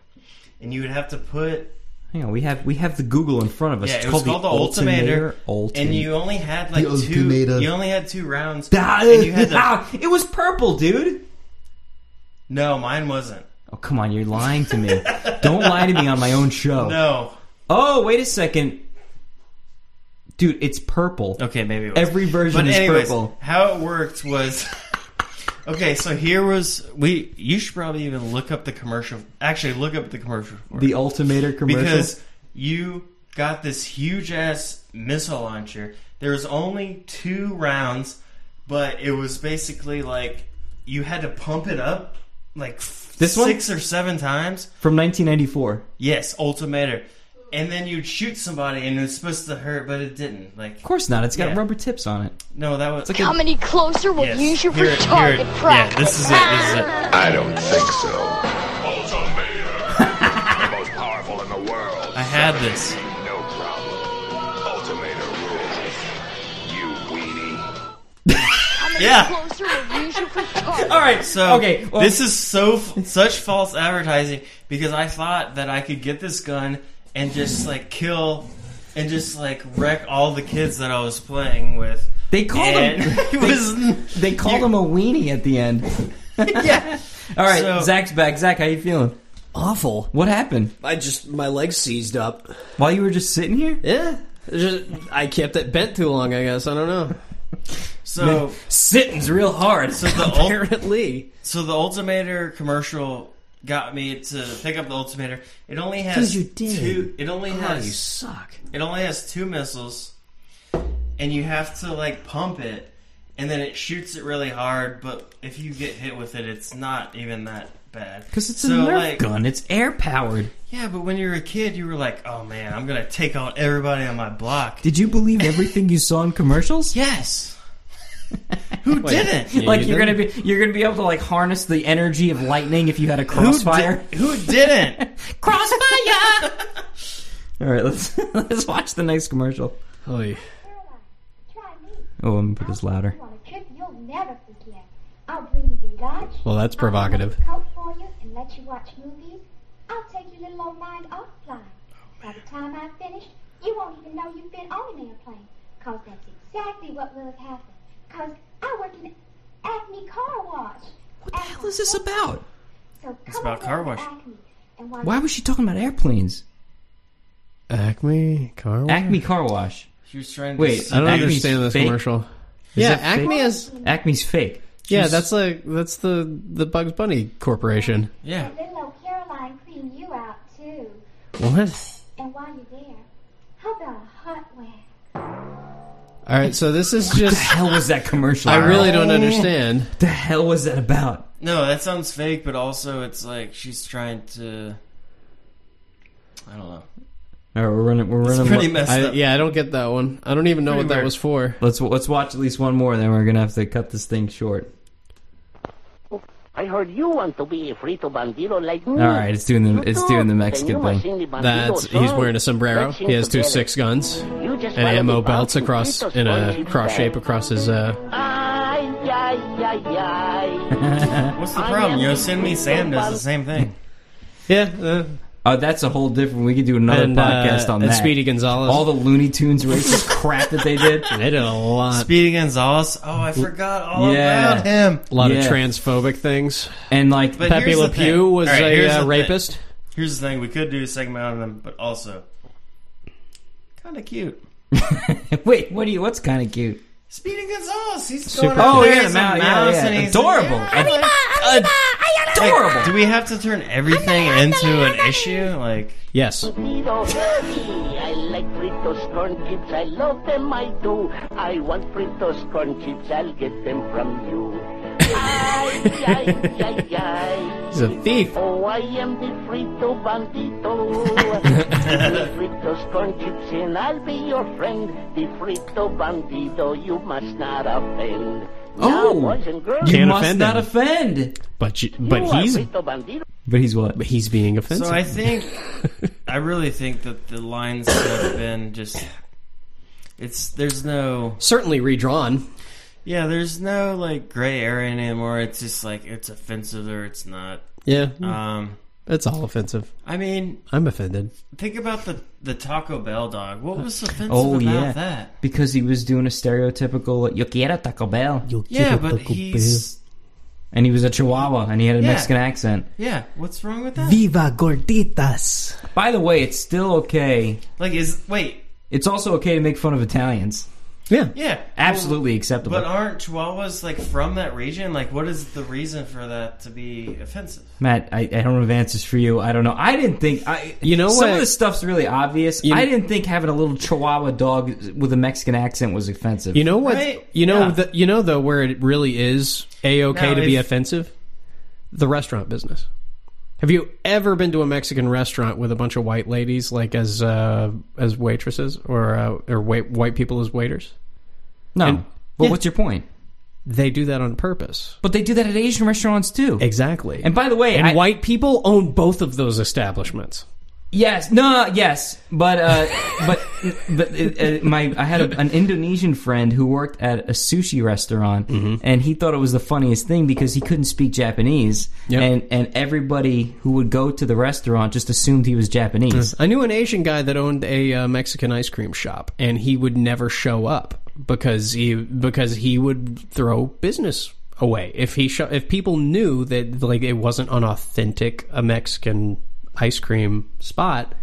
Speaker 4: and you would have to put
Speaker 1: Hang on, we have we have the Google in front of us.
Speaker 4: yeah,
Speaker 1: it's
Speaker 4: it was called, the Ultimator,
Speaker 1: Ultim-
Speaker 4: and you only had like two.
Speaker 12: Ultimator.
Speaker 4: You only had two rounds,
Speaker 1: Ah,
Speaker 4: [laughs] and you had to
Speaker 1: ah, it was purple, dude.
Speaker 4: No, mine wasn't.
Speaker 1: Oh, come on, you're lying to me. Don't lie to me on my own show.
Speaker 4: No.
Speaker 1: Oh, wait a second. Dude, it's purple.
Speaker 4: Okay, maybe it was.
Speaker 1: Every version
Speaker 4: but
Speaker 1: is
Speaker 4: anyways,
Speaker 1: purple.
Speaker 4: How it worked
Speaker 1: [laughs]
Speaker 4: was okay. So here was we. You should probably even look up the commercial. Actually, look up the commercial for
Speaker 1: The
Speaker 4: it.
Speaker 1: Ultimator commercial.
Speaker 4: because you got this huge ass missile launcher. There was only two rounds, but it was basically like you had to pump it up like
Speaker 1: This one?
Speaker 4: six or seven times.
Speaker 1: from 1994.
Speaker 4: Yes, Ultimator. And then you'd shoot somebody, and it was supposed to hurt, but it didn't. Like, of
Speaker 1: Of course not. It's got rubber tips on it.
Speaker 4: No, that was
Speaker 13: How many closer will
Speaker 4: Yes.
Speaker 13: you use your
Speaker 4: Here it-
Speaker 13: first
Speaker 4: here it-
Speaker 13: target practice?
Speaker 4: Yeah, this is it. This is it.
Speaker 14: I don't think so.
Speaker 5: [laughs] The most powerful in the world.
Speaker 4: I had this.
Speaker 5: No problem. Ultimator rules. You weenie.
Speaker 4: Yeah.
Speaker 13: Closer will you use your first target.
Speaker 4: All right. So
Speaker 1: Okay, well-
Speaker 4: this is so such false advertising because I thought that I could get this gun and just like kill and just like wreck all the kids that I was playing with.
Speaker 1: They called
Speaker 4: And
Speaker 1: him.
Speaker 4: [laughs] It was
Speaker 1: They called him a weenie at the [laughs] end.
Speaker 4: yeah.
Speaker 1: [laughs] All right,
Speaker 3: So-
Speaker 1: Zach's back. Zach, how you feeling?
Speaker 3: Awful.
Speaker 1: What happened?
Speaker 3: I just my legs seized up.
Speaker 1: While you were just sitting here?
Speaker 3: Yeah. It's just- I kept it bent too long, I guess. I don't know.
Speaker 4: So
Speaker 1: sitting's real hard.
Speaker 4: So the ul-
Speaker 3: Apparently.
Speaker 4: so the Ultimator commercial got me to pick up the Ultimator. It only has
Speaker 3: 'Cause you did.
Speaker 4: two. It only
Speaker 3: God,
Speaker 4: has
Speaker 3: you suck.
Speaker 4: It only has two missiles, and you have to like pump it, and then it shoots it really hard. But if you get hit with it, it's not even that bad
Speaker 1: Because it's a
Speaker 4: So,
Speaker 1: Nerf
Speaker 4: like,
Speaker 1: gun. It's air powered.
Speaker 4: Yeah, but when you were a kid, you were like, "Oh man, I'm gonna take out everybody on my block."
Speaker 1: Did you believe everything you saw in commercials?
Speaker 4: Yes. [laughs] Who didn't?
Speaker 1: like you're gonna be you're gonna be able to like harness the energy of lightning if you had a crossfire. [laughs]
Speaker 4: Who didn't?
Speaker 1: crossfire. [laughs] All right, let's [laughs] let's watch the next commercial. Oh, I'm gonna put this louder.
Speaker 2: On a trip you'll never forget. I'll bring you your lunch.
Speaker 15: Well, that's provocative.
Speaker 2: I'll coat for you and let you watch movies. I'll take your little old mind offline. By the time I've finished, you won't even know you've been on an airplane. Cause that's exactly what will have happened. Cause I work in Acme Car Wash. What the hell
Speaker 1: is this about?
Speaker 2: So
Speaker 4: It's about car wash.
Speaker 1: Why was she talking about airplanes?
Speaker 3: Acme car wash.
Speaker 1: Acme car wash.
Speaker 4: She was trying. To
Speaker 1: Wait,
Speaker 3: I don't
Speaker 1: Acme's
Speaker 3: understand this
Speaker 1: fake?
Speaker 3: commercial.
Speaker 1: Is
Speaker 3: yeah,
Speaker 1: that fake?
Speaker 3: Acme is
Speaker 1: Acme's fake.
Speaker 3: Yeah, that's like that's the the Bugs Bunny Corporation.
Speaker 4: Yeah.
Speaker 2: Little old Caroline cleaned you out too.
Speaker 3: What?
Speaker 2: And while you're there, how about a hot wax?
Speaker 3: All right, so this is
Speaker 1: What the
Speaker 3: just
Speaker 1: hell was that commercial?
Speaker 3: I really
Speaker 1: about?
Speaker 3: don't understand.
Speaker 1: The hell was that about?
Speaker 4: No, that sounds fake, but also it's like she's trying to. I don't know.
Speaker 1: All right, we're running. We're running.
Speaker 4: pretty messed
Speaker 3: I,
Speaker 4: up.
Speaker 3: yeah, I don't get that one. I don't even know
Speaker 4: Pretty
Speaker 3: what that
Speaker 4: weird.
Speaker 3: was for.
Speaker 1: Let's let's watch at least one more. Then we're gonna have to cut this thing short.
Speaker 6: I heard you want to be a frito bandito like me.
Speaker 1: All right, it's doing the it's doing the Mexican thing.
Speaker 3: That's he's wearing a sombrero. He has two six guns, and ammo belts across in a cross shape across his. uh
Speaker 6: Ay, ay, ay,
Speaker 1: [laughs]
Speaker 6: ay.
Speaker 4: What's the problem? Yo, send me Sam does the same thing.
Speaker 3: Yeah, uh,
Speaker 1: Oh, that's a whole different. We could do another
Speaker 3: And, uh,
Speaker 1: podcast on
Speaker 3: and
Speaker 1: that.
Speaker 3: Speedy Gonzales.
Speaker 1: all the Looney Tunes racist [laughs] crap that they did.
Speaker 3: they did a lot,
Speaker 4: Speedy Gonzalez. Oh, I forgot all
Speaker 1: Yeah.
Speaker 4: about him.
Speaker 3: a lot
Speaker 1: Yeah.
Speaker 3: of transphobic things.
Speaker 1: And like,
Speaker 4: But
Speaker 3: Pepe
Speaker 4: here's
Speaker 3: Le
Speaker 4: the
Speaker 3: Pew
Speaker 4: thing.
Speaker 3: was
Speaker 4: All right,
Speaker 3: a
Speaker 4: here's
Speaker 3: uh,
Speaker 4: the
Speaker 3: rapist.
Speaker 4: Thing. Here's the thing: we could do a segment on them, but also kind of cute.
Speaker 1: [laughs] wait, what do you? What's kind of cute?
Speaker 4: Speedy Gonzalez. He's
Speaker 1: Super
Speaker 4: going up
Speaker 1: cute.
Speaker 4: there
Speaker 1: Oh, yeah,
Speaker 4: as a
Speaker 1: the mouse,
Speaker 4: mouse,
Speaker 1: yeah, yeah.
Speaker 4: and he's
Speaker 1: Adorable.
Speaker 4: Like,
Speaker 1: Anima,
Speaker 4: Like,
Speaker 1: Adorable.
Speaker 4: do we have to turn everything into an issue? Like,
Speaker 3: Yes.
Speaker 6: Frito baby. I like fritos corn chips. I love them, I do. I want fritos corn chips. I'll get them from
Speaker 1: [laughs]
Speaker 6: you. Ay, ay, ay, ay.
Speaker 3: He's a thief.
Speaker 6: Oh, I am the frito bandito. the fritos corn chips, and I'll be your friend. The frito bandito, you must not offend. Now,
Speaker 1: Oh,
Speaker 6: boys and girls,
Speaker 1: you
Speaker 3: Can't
Speaker 1: must
Speaker 3: offend
Speaker 1: not
Speaker 3: him.
Speaker 1: offend.
Speaker 3: But you,
Speaker 6: you
Speaker 3: but
Speaker 6: are
Speaker 3: he's
Speaker 6: frito bandito.
Speaker 1: But he's what?
Speaker 3: but he's being offensive.
Speaker 1: [laughs]
Speaker 4: so I think I really think that the lines have been just. It's there's no
Speaker 3: certainly redrawn.
Speaker 4: yeah there's no like gray area anymore. It's just like it's offensive or it's not.
Speaker 3: Yeah,
Speaker 4: Um,
Speaker 3: that's all offensive.
Speaker 4: I mean,
Speaker 3: I'm offended.
Speaker 4: think about the the Taco Bell dog. What was offensive
Speaker 1: Oh
Speaker 4: about
Speaker 1: yeah,
Speaker 4: that?
Speaker 1: because he was doing a stereotypical "Yo quiero Taco Bell,"
Speaker 4: Yeah, but he's
Speaker 1: and he was a Chihuahua, and he had a
Speaker 4: Yeah.
Speaker 1: Mexican accent.
Speaker 4: Yeah, what's wrong with that?
Speaker 1: Viva gorditas. By the way, it's still okay.
Speaker 4: Like, is wait,
Speaker 1: It's also okay to make fun of Italians.
Speaker 16: Yeah,
Speaker 4: yeah,
Speaker 1: absolutely acceptable.
Speaker 4: but
Speaker 3: uh,
Speaker 4: aren't Chihuahuas like from that region? Like, what is the reason for that to be offensive?
Speaker 1: Matt, I, I don't have answers for you. I don't know. I didn't think I.
Speaker 3: You know
Speaker 1: some
Speaker 3: what?
Speaker 1: of this stuff's really obvious.
Speaker 3: You-
Speaker 1: I didn't think having a little Chihuahua dog with a Mexican accent was offensive.
Speaker 3: You know what?
Speaker 4: Right?
Speaker 3: You know
Speaker 4: Yeah.
Speaker 3: the, You know though where it really is a okay
Speaker 4: Now,
Speaker 3: to be
Speaker 4: if-
Speaker 3: offensive. The restaurant business. Have you ever been to a Mexican restaurant with a bunch of white ladies, like as uh, as waitresses or uh, or wait, white people as waiters?
Speaker 1: No.
Speaker 3: And-
Speaker 1: but
Speaker 3: Yeah.
Speaker 1: what's your point?
Speaker 3: They do that on purpose.
Speaker 1: But they do that at Asian restaurants too.
Speaker 3: Exactly.
Speaker 1: And by the way,
Speaker 3: and
Speaker 1: I-
Speaker 3: white people own both of those establishments.
Speaker 1: Yes, no, yes, but uh, [laughs] but but uh, uh, my I had a, an Indonesian friend who worked at a sushi restaurant,
Speaker 3: Mm-hmm.
Speaker 1: and he thought it was the funniest thing because he couldn't speak Japanese,
Speaker 3: Yep.
Speaker 1: and and everybody who would go to the restaurant just assumed he was Japanese.
Speaker 3: I knew an Asian guy that owned a uh, Mexican ice cream shop, and he would never show up because he because he would throw business away if he sho- if people knew that like it wasn't an authentic a Mexican ice cream spot.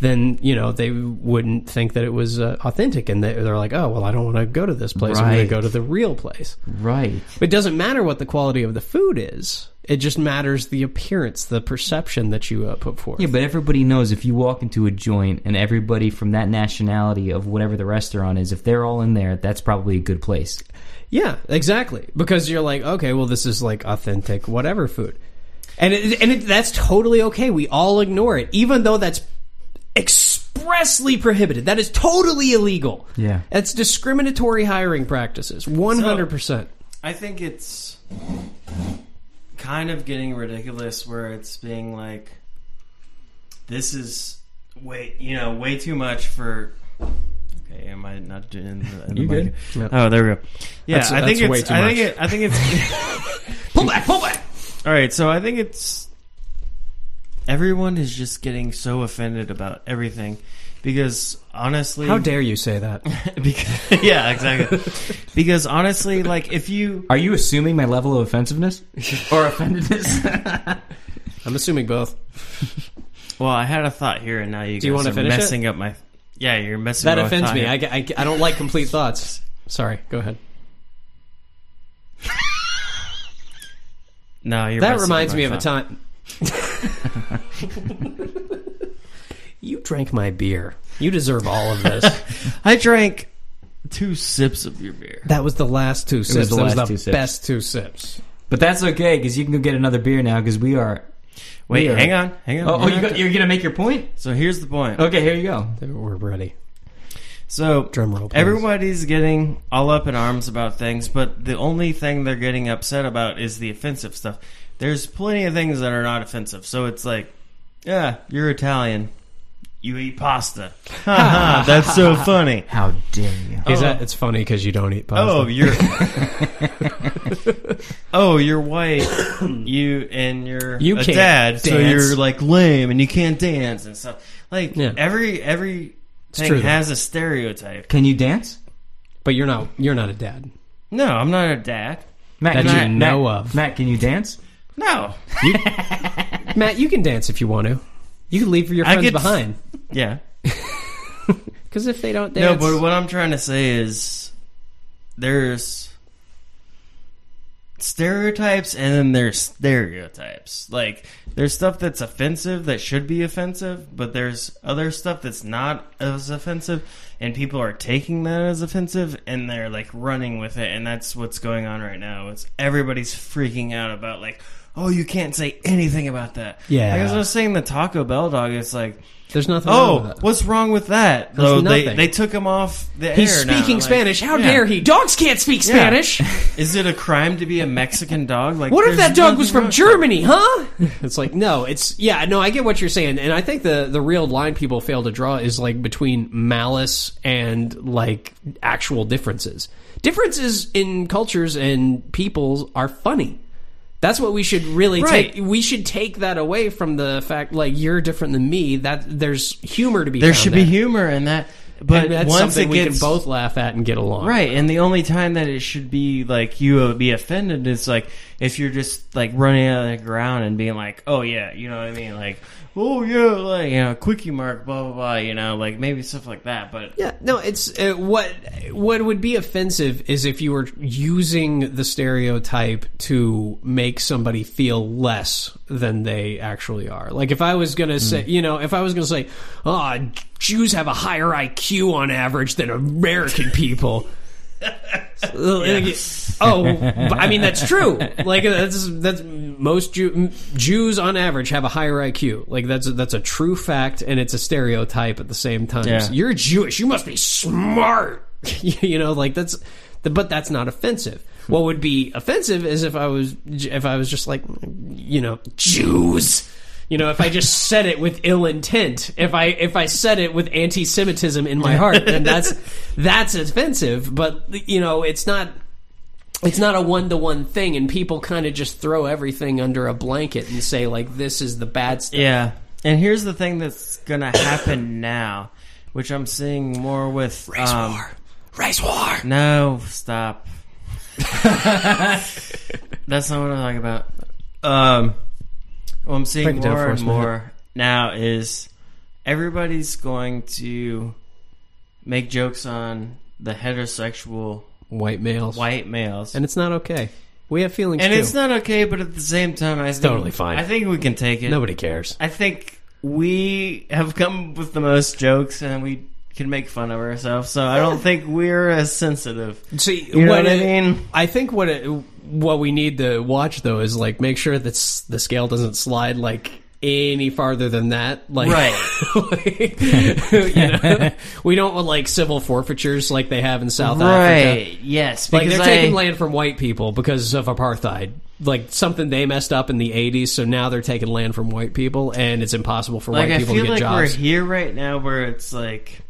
Speaker 3: Then you know they wouldn't think that it was uh, authentic, and they, they're like, "Oh, well, I don't want to go to this place. I'm going
Speaker 1: Right.
Speaker 3: to go to the real place."
Speaker 1: Right.
Speaker 3: It doesn't matter what the quality of the food is; it just matters the appearance, the perception that you uh, put forth.
Speaker 1: Yeah, but everybody knows if you walk into a joint and everybody from that nationality of whatever the restaurant is, if they're all in there, that's probably a good place.
Speaker 3: Yeah, exactly. Because you're like, okay, well, this is like authentic whatever food, and it, and it, that's totally okay. We all ignore it, even though that's expressly prohibited. That is totally illegal.
Speaker 1: Yeah.
Speaker 3: that's discriminatory hiring practices. One hundred percent.
Speaker 4: I think it's kind of getting ridiculous where it's being like this is way you know way too much for okay am I not doing the, in the
Speaker 3: You
Speaker 4: mic?
Speaker 3: good?
Speaker 4: oh there we go yeah
Speaker 3: That's-
Speaker 4: I
Speaker 3: that's
Speaker 4: think it's
Speaker 3: way too
Speaker 4: I think
Speaker 3: much.
Speaker 4: it I think it's
Speaker 3: [laughs]
Speaker 4: pull back pull back all right so I think it's everyone is just getting so offended about everything because honestly
Speaker 3: How dare you say [laughs] that?
Speaker 4: because, [laughs]
Speaker 3: [laughs]
Speaker 4: yeah exactly because honestly like if you
Speaker 1: Are you assuming my level of offensiveness or offendedness?
Speaker 3: I'm assuming both.
Speaker 4: Well, I had a thought here, and now you
Speaker 3: Do you
Speaker 4: guys
Speaker 3: wanna
Speaker 4: are
Speaker 3: finish it?
Speaker 4: messing up my. Yeah, you're messing.
Speaker 3: That
Speaker 4: up my
Speaker 3: offends
Speaker 4: thought
Speaker 3: me.
Speaker 4: here.
Speaker 3: I, I, I don't like complete thoughts. Sorry. Go ahead.
Speaker 4: No, you're.
Speaker 3: that
Speaker 4: messing
Speaker 3: reminds
Speaker 4: up
Speaker 3: me
Speaker 4: my
Speaker 3: of a
Speaker 4: thought.
Speaker 3: time. [laughs] you drank my beer. You deserve all of this. [laughs]
Speaker 4: I drank two sips of your beer.
Speaker 3: That was the last two sips.
Speaker 1: the
Speaker 3: that was
Speaker 1: last
Speaker 3: the
Speaker 1: two sips.
Speaker 3: best two sips.
Speaker 1: But that's okay because you can go get another beer now because we are.
Speaker 4: Wait,
Speaker 1: we are-
Speaker 4: hang on, hang on.
Speaker 1: Oh, oh,
Speaker 4: We're
Speaker 1: you
Speaker 4: not
Speaker 1: go, you're gonna make your point?
Speaker 4: So here's the point.
Speaker 1: Okay, here you go.
Speaker 3: We're ready.
Speaker 4: So
Speaker 3: Drum roll, please.
Speaker 4: everybody's getting all up in arms about things, but the only thing they're getting upset about is the offensive stuff. There's plenty of things that are not offensive, so it's like, yeah, you're Italian. You eat pasta. Ha ha,
Speaker 3: [laughs]
Speaker 4: That's so funny.
Speaker 1: How dare you?
Speaker 3: Is
Speaker 4: Oh.
Speaker 3: that? It's funny because you don't eat pasta.
Speaker 4: Oh, you're. oh, you're white. You and you're
Speaker 3: You
Speaker 4: a
Speaker 3: can't
Speaker 4: dad, so
Speaker 3: dance.
Speaker 4: you're like lame and you can't dance and stuff. Like
Speaker 3: Yeah.
Speaker 4: every every thing
Speaker 3: true, though.
Speaker 4: has a stereotype.
Speaker 1: Can you dance,
Speaker 3: but you're not. You're not a dad.
Speaker 4: No, I'm not a dad.
Speaker 1: Matt?
Speaker 3: That
Speaker 1: can
Speaker 3: you
Speaker 1: Matt-
Speaker 3: know of.
Speaker 1: Matt, can you dance?
Speaker 4: No.
Speaker 3: Matt, you can dance if you want to. You can leave your
Speaker 4: I
Speaker 3: friends
Speaker 4: could-
Speaker 3: behind
Speaker 4: Yeah.
Speaker 3: because if they don't
Speaker 4: No,
Speaker 3: dance,
Speaker 4: but what I'm trying to say is there's stereotypes and then there's stereotypes. Like there's stuff that's offensive that should be offensive, but there's other stuff that's not as offensive and people are taking that as offensive and they're like running with it and that's what's going on right now. It's everybody's freaking out about like Oh, you can't say anything about that.
Speaker 3: Yeah.
Speaker 4: Like, as I was saying, the Taco Bell dog. It's like,
Speaker 3: there's nothing. wrong
Speaker 4: oh,
Speaker 3: with that.
Speaker 4: what's wrong with that?
Speaker 3: There's
Speaker 4: Though they
Speaker 3: nothing.
Speaker 4: they took him off the
Speaker 3: He's
Speaker 4: air now,
Speaker 3: speaking
Speaker 4: like-
Speaker 3: Spanish. How
Speaker 4: Yeah.
Speaker 3: dare he? Dogs can't speak
Speaker 4: Yeah.
Speaker 3: [laughs] Spanish.
Speaker 4: [laughs] Is it a crime to be a Mexican dog? Like,
Speaker 3: What if
Speaker 4: there's
Speaker 3: that dog was
Speaker 4: nothing
Speaker 3: from
Speaker 4: wrong-
Speaker 3: Germany, huh? [laughs] It's like no, it's yeah, no, I get what you're saying, and I think the the real line people fail to draw is like between malice and like actual differences. Differences in cultures and peoples are funny. That's what we should really
Speaker 4: Right.
Speaker 3: take. We should take that away from the fact like you're different than me. That there's humor to be.
Speaker 4: There
Speaker 3: found
Speaker 4: should be humor in that,
Speaker 3: but
Speaker 4: but
Speaker 3: that's
Speaker 4: once
Speaker 3: something
Speaker 4: it
Speaker 3: we
Speaker 4: gets
Speaker 3: can both laugh at and get along.
Speaker 4: right, and the only time that it should be like you would be offended is like if you're just like running out of the ground and being like, oh yeah, you know what I mean, like. Oh yeah, like you know, quickie mark, blah blah blah. You know, like maybe stuff like that. But
Speaker 3: Yeah, no, it's uh, what what would be offensive is if you were using the stereotype to make somebody feel less than they actually are. Like if I was going to say, you know, if I was going to say, "Oh, Jews have a higher IQ on average than American people." Like, oh, but, I mean that's true. Like that's that's most Jew, Jews on average have a higher IQ. Like that's that's a true fact, and it's a stereotype at the same time.
Speaker 16: Yeah.
Speaker 3: So you're Jewish, you must be smart. [laughs] you know, like that's, but that's not offensive. What would be offensive is if I was if I was just like, you know, Jews. You know, if I just said it with ill intent, if I if I said it with anti-Semitism in my heart, then [laughs] that's that's offensive. But you know, it's not it's not a one to one thing, and people kind of just throw everything under a blanket and say like, "This is the bad stuff."
Speaker 4: Yeah. And here's the thing that's going to happen [coughs] now, which I'm seeing more with race war.
Speaker 3: Race war.
Speaker 4: No, stop. [laughs] that's not what I'm talking about. Um, what I'm seeing
Speaker 3: Break it down
Speaker 4: more
Speaker 3: for us,
Speaker 4: and
Speaker 3: man.
Speaker 4: more now is everybody's going to make jokes on the heterosexual
Speaker 3: white males,
Speaker 4: white males,
Speaker 3: and it's not okay. We have feelings,
Speaker 4: and
Speaker 3: too.
Speaker 4: it's not okay. But at the same time, I think,
Speaker 3: totally fine.
Speaker 4: I think we can take it.
Speaker 3: Nobody cares.
Speaker 4: I think we have come up with the most jokes, and we can make fun of ourselves. So I don't think we're as sensitive.
Speaker 3: See,
Speaker 4: You know what I
Speaker 3: mean? I think what it, what we need to watch though is like make sure that s- the scale doesn't slide like any farther than that. Like,
Speaker 4: Right.
Speaker 3: [laughs] like, [laughs]
Speaker 1: [laughs]
Speaker 3: you know, we don't want like civil forfeitures like they have in South
Speaker 4: Right,
Speaker 3: Africa.
Speaker 4: yes,
Speaker 3: like they're
Speaker 4: because
Speaker 3: taking
Speaker 4: I-
Speaker 3: land from white people because of apartheid. Like something they messed up in the '80s, so now they're taking land from white people, and it's impossible for
Speaker 4: Like
Speaker 3: white
Speaker 4: I
Speaker 3: people to
Speaker 4: feel
Speaker 3: get
Speaker 4: like we're
Speaker 3: jobs.
Speaker 4: here right now, where it's like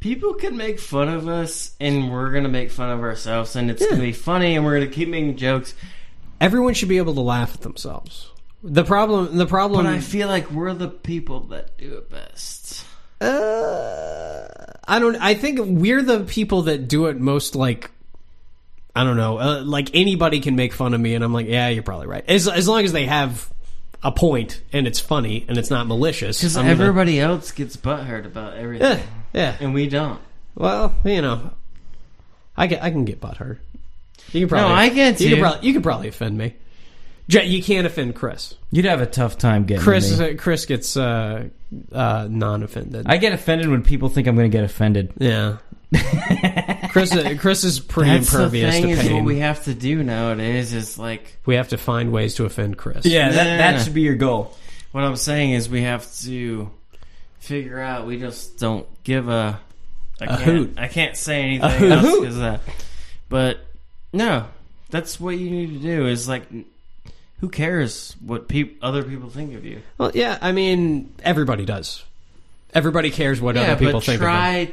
Speaker 4: people can make fun of us, and we're gonna make fun of ourselves, and it's gonna be funny, and we're gonna keep making jokes.
Speaker 3: Everyone should be able to laugh at themselves. The problem, the problem.
Speaker 4: But I feel like we're the people that do it best.
Speaker 3: I don't. I think we're the people that do it most. Like, I don't know. Uh, like anybody can make fun of me, and I'm like, yeah, you're probably right. As as long as they have a point and it's funny and it's not malicious.
Speaker 4: Because
Speaker 3: I'm gonna-
Speaker 4: everybody else gets butthurt about everything.
Speaker 3: Yeah, yeah.
Speaker 4: And we don't.
Speaker 3: well, you know, I can I can get butthurt. You can
Speaker 4: No,
Speaker 3: probably.
Speaker 4: I can
Speaker 3: You
Speaker 4: too.
Speaker 3: can probably, you can probably offend me. Jet, you can't offend Chris.
Speaker 1: You'd have a tough time getting
Speaker 3: Chris
Speaker 1: me.
Speaker 3: uh, Chris gets uh, uh, non-offended.
Speaker 1: I get offended when people think I'm going to get offended.
Speaker 4: [laughs]
Speaker 3: Yeah. Chris uh, Chris is pretty
Speaker 4: That's
Speaker 3: impervious
Speaker 4: the thing
Speaker 3: to
Speaker 4: is
Speaker 3: pain.
Speaker 4: what we have to do nowadays is like
Speaker 3: We have to find ways to offend Chris.
Speaker 1: Yeah, that,
Speaker 4: No, no, no,
Speaker 1: that
Speaker 4: no.
Speaker 1: should be your goal.
Speaker 4: what I'm saying is we have to figure out we just don't give a I
Speaker 1: A
Speaker 4: can't,
Speaker 1: hoot.
Speaker 4: I can't say
Speaker 1: A
Speaker 4: anything
Speaker 1: hoot.
Speaker 4: else
Speaker 1: A hoot.
Speaker 4: 'cause that. But no, that's what you need to do is like who cares what peop other people think of you?
Speaker 3: Well, yeah, I mean, everybody does. Everybody cares what
Speaker 4: yeah,
Speaker 3: other people
Speaker 4: but
Speaker 3: think of them.
Speaker 4: try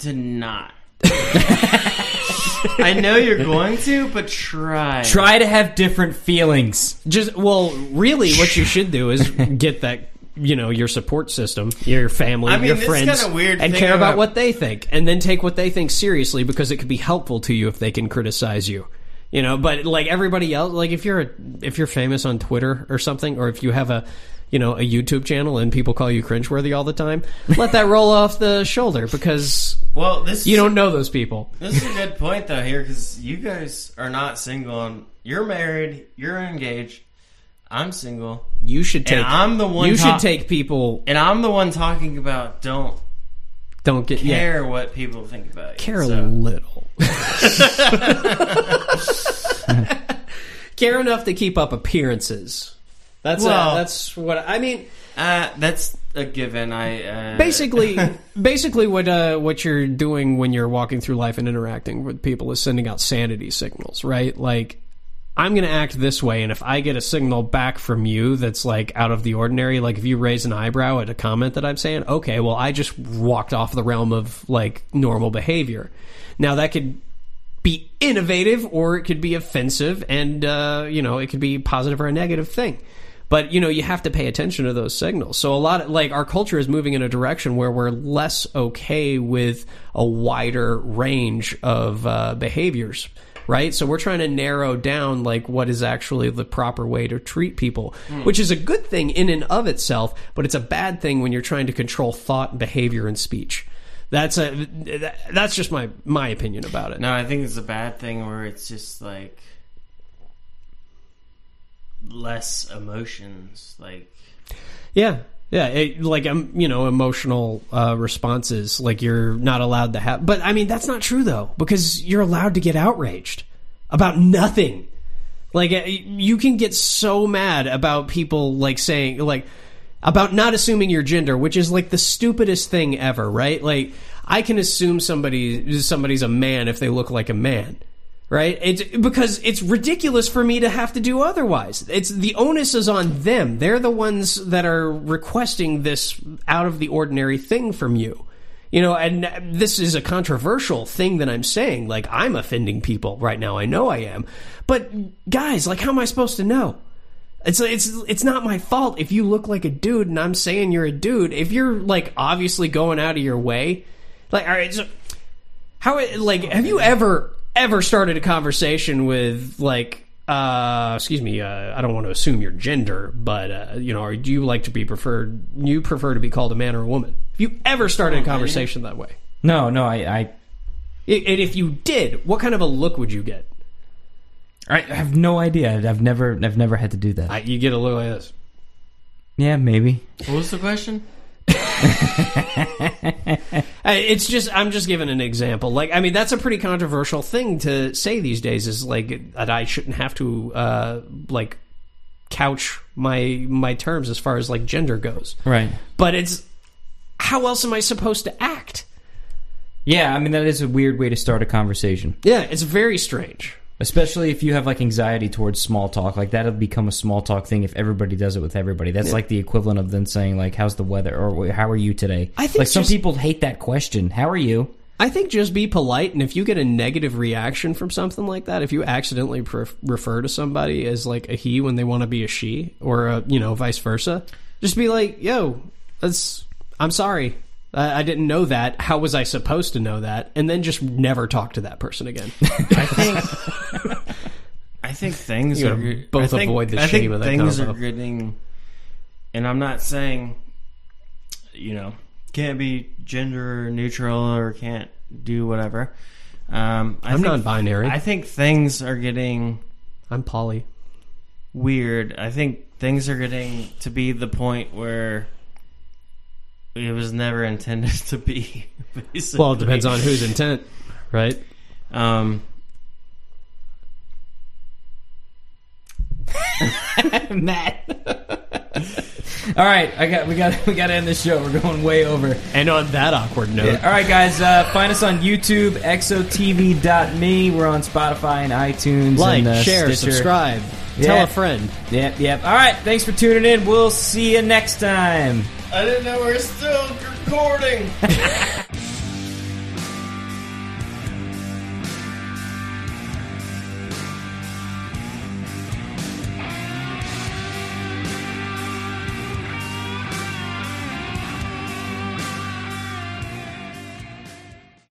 Speaker 4: to not. [laughs] I know you're going to, but try.
Speaker 1: Try to have different feelings.
Speaker 3: Just well, really, what you should do is get that you know your support system, your family,
Speaker 4: I mean,
Speaker 3: your
Speaker 4: this
Speaker 3: friends,
Speaker 4: kinda weird
Speaker 3: and
Speaker 4: thing
Speaker 3: care about
Speaker 4: about-
Speaker 3: what they think, and then take what they think seriously because it could be helpful to you if they can criticize you. You know, but like everybody else, like if you're a, if you're famous on Twitter or something, or if you have a you know a YouTube channel and people call you cringeworthy all the time, let that roll off the shoulder because
Speaker 4: Well, this
Speaker 3: you
Speaker 4: is-
Speaker 3: don't know those people.
Speaker 4: This is a good point though here because you guys are not single and you're married, you're engaged. I'm single.
Speaker 3: You should take.
Speaker 4: and I'm the one.
Speaker 3: You
Speaker 4: ta-
Speaker 3: should take people.
Speaker 4: And I'm the one talking about don't
Speaker 3: Don't get yeah,
Speaker 4: care what people think about you.
Speaker 3: care a [laughs]
Speaker 4: so.
Speaker 3: little. care enough to keep up appearances. That's
Speaker 4: Well-
Speaker 3: uh, that's what I mean.
Speaker 4: Uh, that's a given. I uh,
Speaker 3: Basically, basically what uh, what you're doing when you're walking through life and interacting with people is sending out sanity signals, right? Like. I'm going to act this way, and if I get a signal back from you that's like out of the ordinary, like if you raise an eyebrow at a comment that I'm saying, okay, well, I just walked off the realm of like normal behavior. Now, that could be innovative or it could be offensive and uh, you know it could be positive or a negative thing but you know you have to pay attention to those signals so a lot of like our culture is moving in a direction where we're less okay with a wider range of uh, behaviors right? So we're trying to narrow down like what is actually the proper way to treat people,
Speaker 8: Hmm.
Speaker 3: which is a good thing in and of itself, but it's a bad thing when you're trying to control thought and behavior and speech. That's a that- that's just my my opinion about it.
Speaker 4: No, I think it's a bad thing where it's just like less emotions. Like
Speaker 3: Yeah. Yeah, it, like um, you know, emotional uh, responses, like you're not allowed to have. But I mean, that's not true though, because you're allowed to get outraged about nothing. Like uh, you can get so mad about people like saying like about not assuming your gender, which is like the stupidest thing ever, right? Like I can assume somebody somebody's a man if they look like a man right? It's because it's ridiculous for me to have to do otherwise. It's the onus is on them. They're the ones that are requesting this out of the ordinary thing from you. You know, and this is a controversial thing that I'm saying. Like, I'm offending people right now. I know I am. But guys, like, how am I supposed to know? It's it's it's not my fault if you look like a dude and I'm saying you're a dude. If you're like obviously going out of your way, like all right, so how it- like have you ever ever started a conversation with like uh excuse me uh, I don't want to assume your gender, but uh, you know, are, do you like to be preferred? You prefer to be called a man or a woman? Have you ever started a conversation that way?
Speaker 8: No, no, I, I,
Speaker 3: I- And if you did, what kind of a look would you get?
Speaker 8: I have no idea. I've never, I've never had to do that.
Speaker 3: I, you get a look like this.
Speaker 8: yeah, maybe.
Speaker 4: what was the question?
Speaker 3: I- Uh, It's just I'm just giving an example. Like I mean, that's a pretty controversial thing to say these days. Is like that I shouldn't have to uh, like couch my my terms as far as like gender goes.
Speaker 8: Right.
Speaker 3: But it's how else am I supposed to act?
Speaker 8: Yeah, I mean that is a weird way to start a conversation,
Speaker 3: Yeah, it's very strange.
Speaker 8: especially if you have like anxiety towards small talk. Like that'll become a small talk thing if everybody does it with everybody. That's
Speaker 3: Yeah.
Speaker 8: like the equivalent of then saying like, "How's the weather?" or "How are you today?"
Speaker 3: I think
Speaker 8: like some
Speaker 3: just-
Speaker 8: people hate that question. How are you?
Speaker 3: I think just be polite, and if you get a negative reaction from something like that, if you accidentally pre- refer to somebody as like a he when they want to be a she, or a, you know vice versa, just be like, "Yo, that's I'm sorry, I, I didn't know that. How was I supposed to know that?" And then just never talk to that person [laughs] again.
Speaker 4: [laughs] I think things
Speaker 3: You
Speaker 4: are
Speaker 3: gotta both
Speaker 4: I think-
Speaker 3: avoid the
Speaker 4: I think
Speaker 3: shame of that
Speaker 4: Things
Speaker 3: combo.
Speaker 4: are getting, and I'm not saying, you know, can't be gender neutral or can't do whatever. Um, I
Speaker 3: I'm
Speaker 4: think-
Speaker 3: non-binary.
Speaker 4: I think things are getting
Speaker 3: I'm poly.
Speaker 4: weird. I think things are getting to be the point where it was never [laughs] intended to be. Basically.
Speaker 3: Well, it depends on whose intent, right?
Speaker 4: Um,
Speaker 8: All right, I got we got [laughs] we got to end this show. We're going way over.
Speaker 3: And on that awkward note,
Speaker 8: Yeah. All right, guys, uh, find us on YouTube, exotv.me. We're on Spotify and iTunes.
Speaker 3: like,
Speaker 8: and, uh,
Speaker 3: share,
Speaker 8: Stitcher.
Speaker 3: subscribe,
Speaker 8: Yeah.
Speaker 3: tell a friend.
Speaker 8: Yep, yep. All right, thanks for tuning in. We'll see you next time.
Speaker 4: I didn't know we are still recording.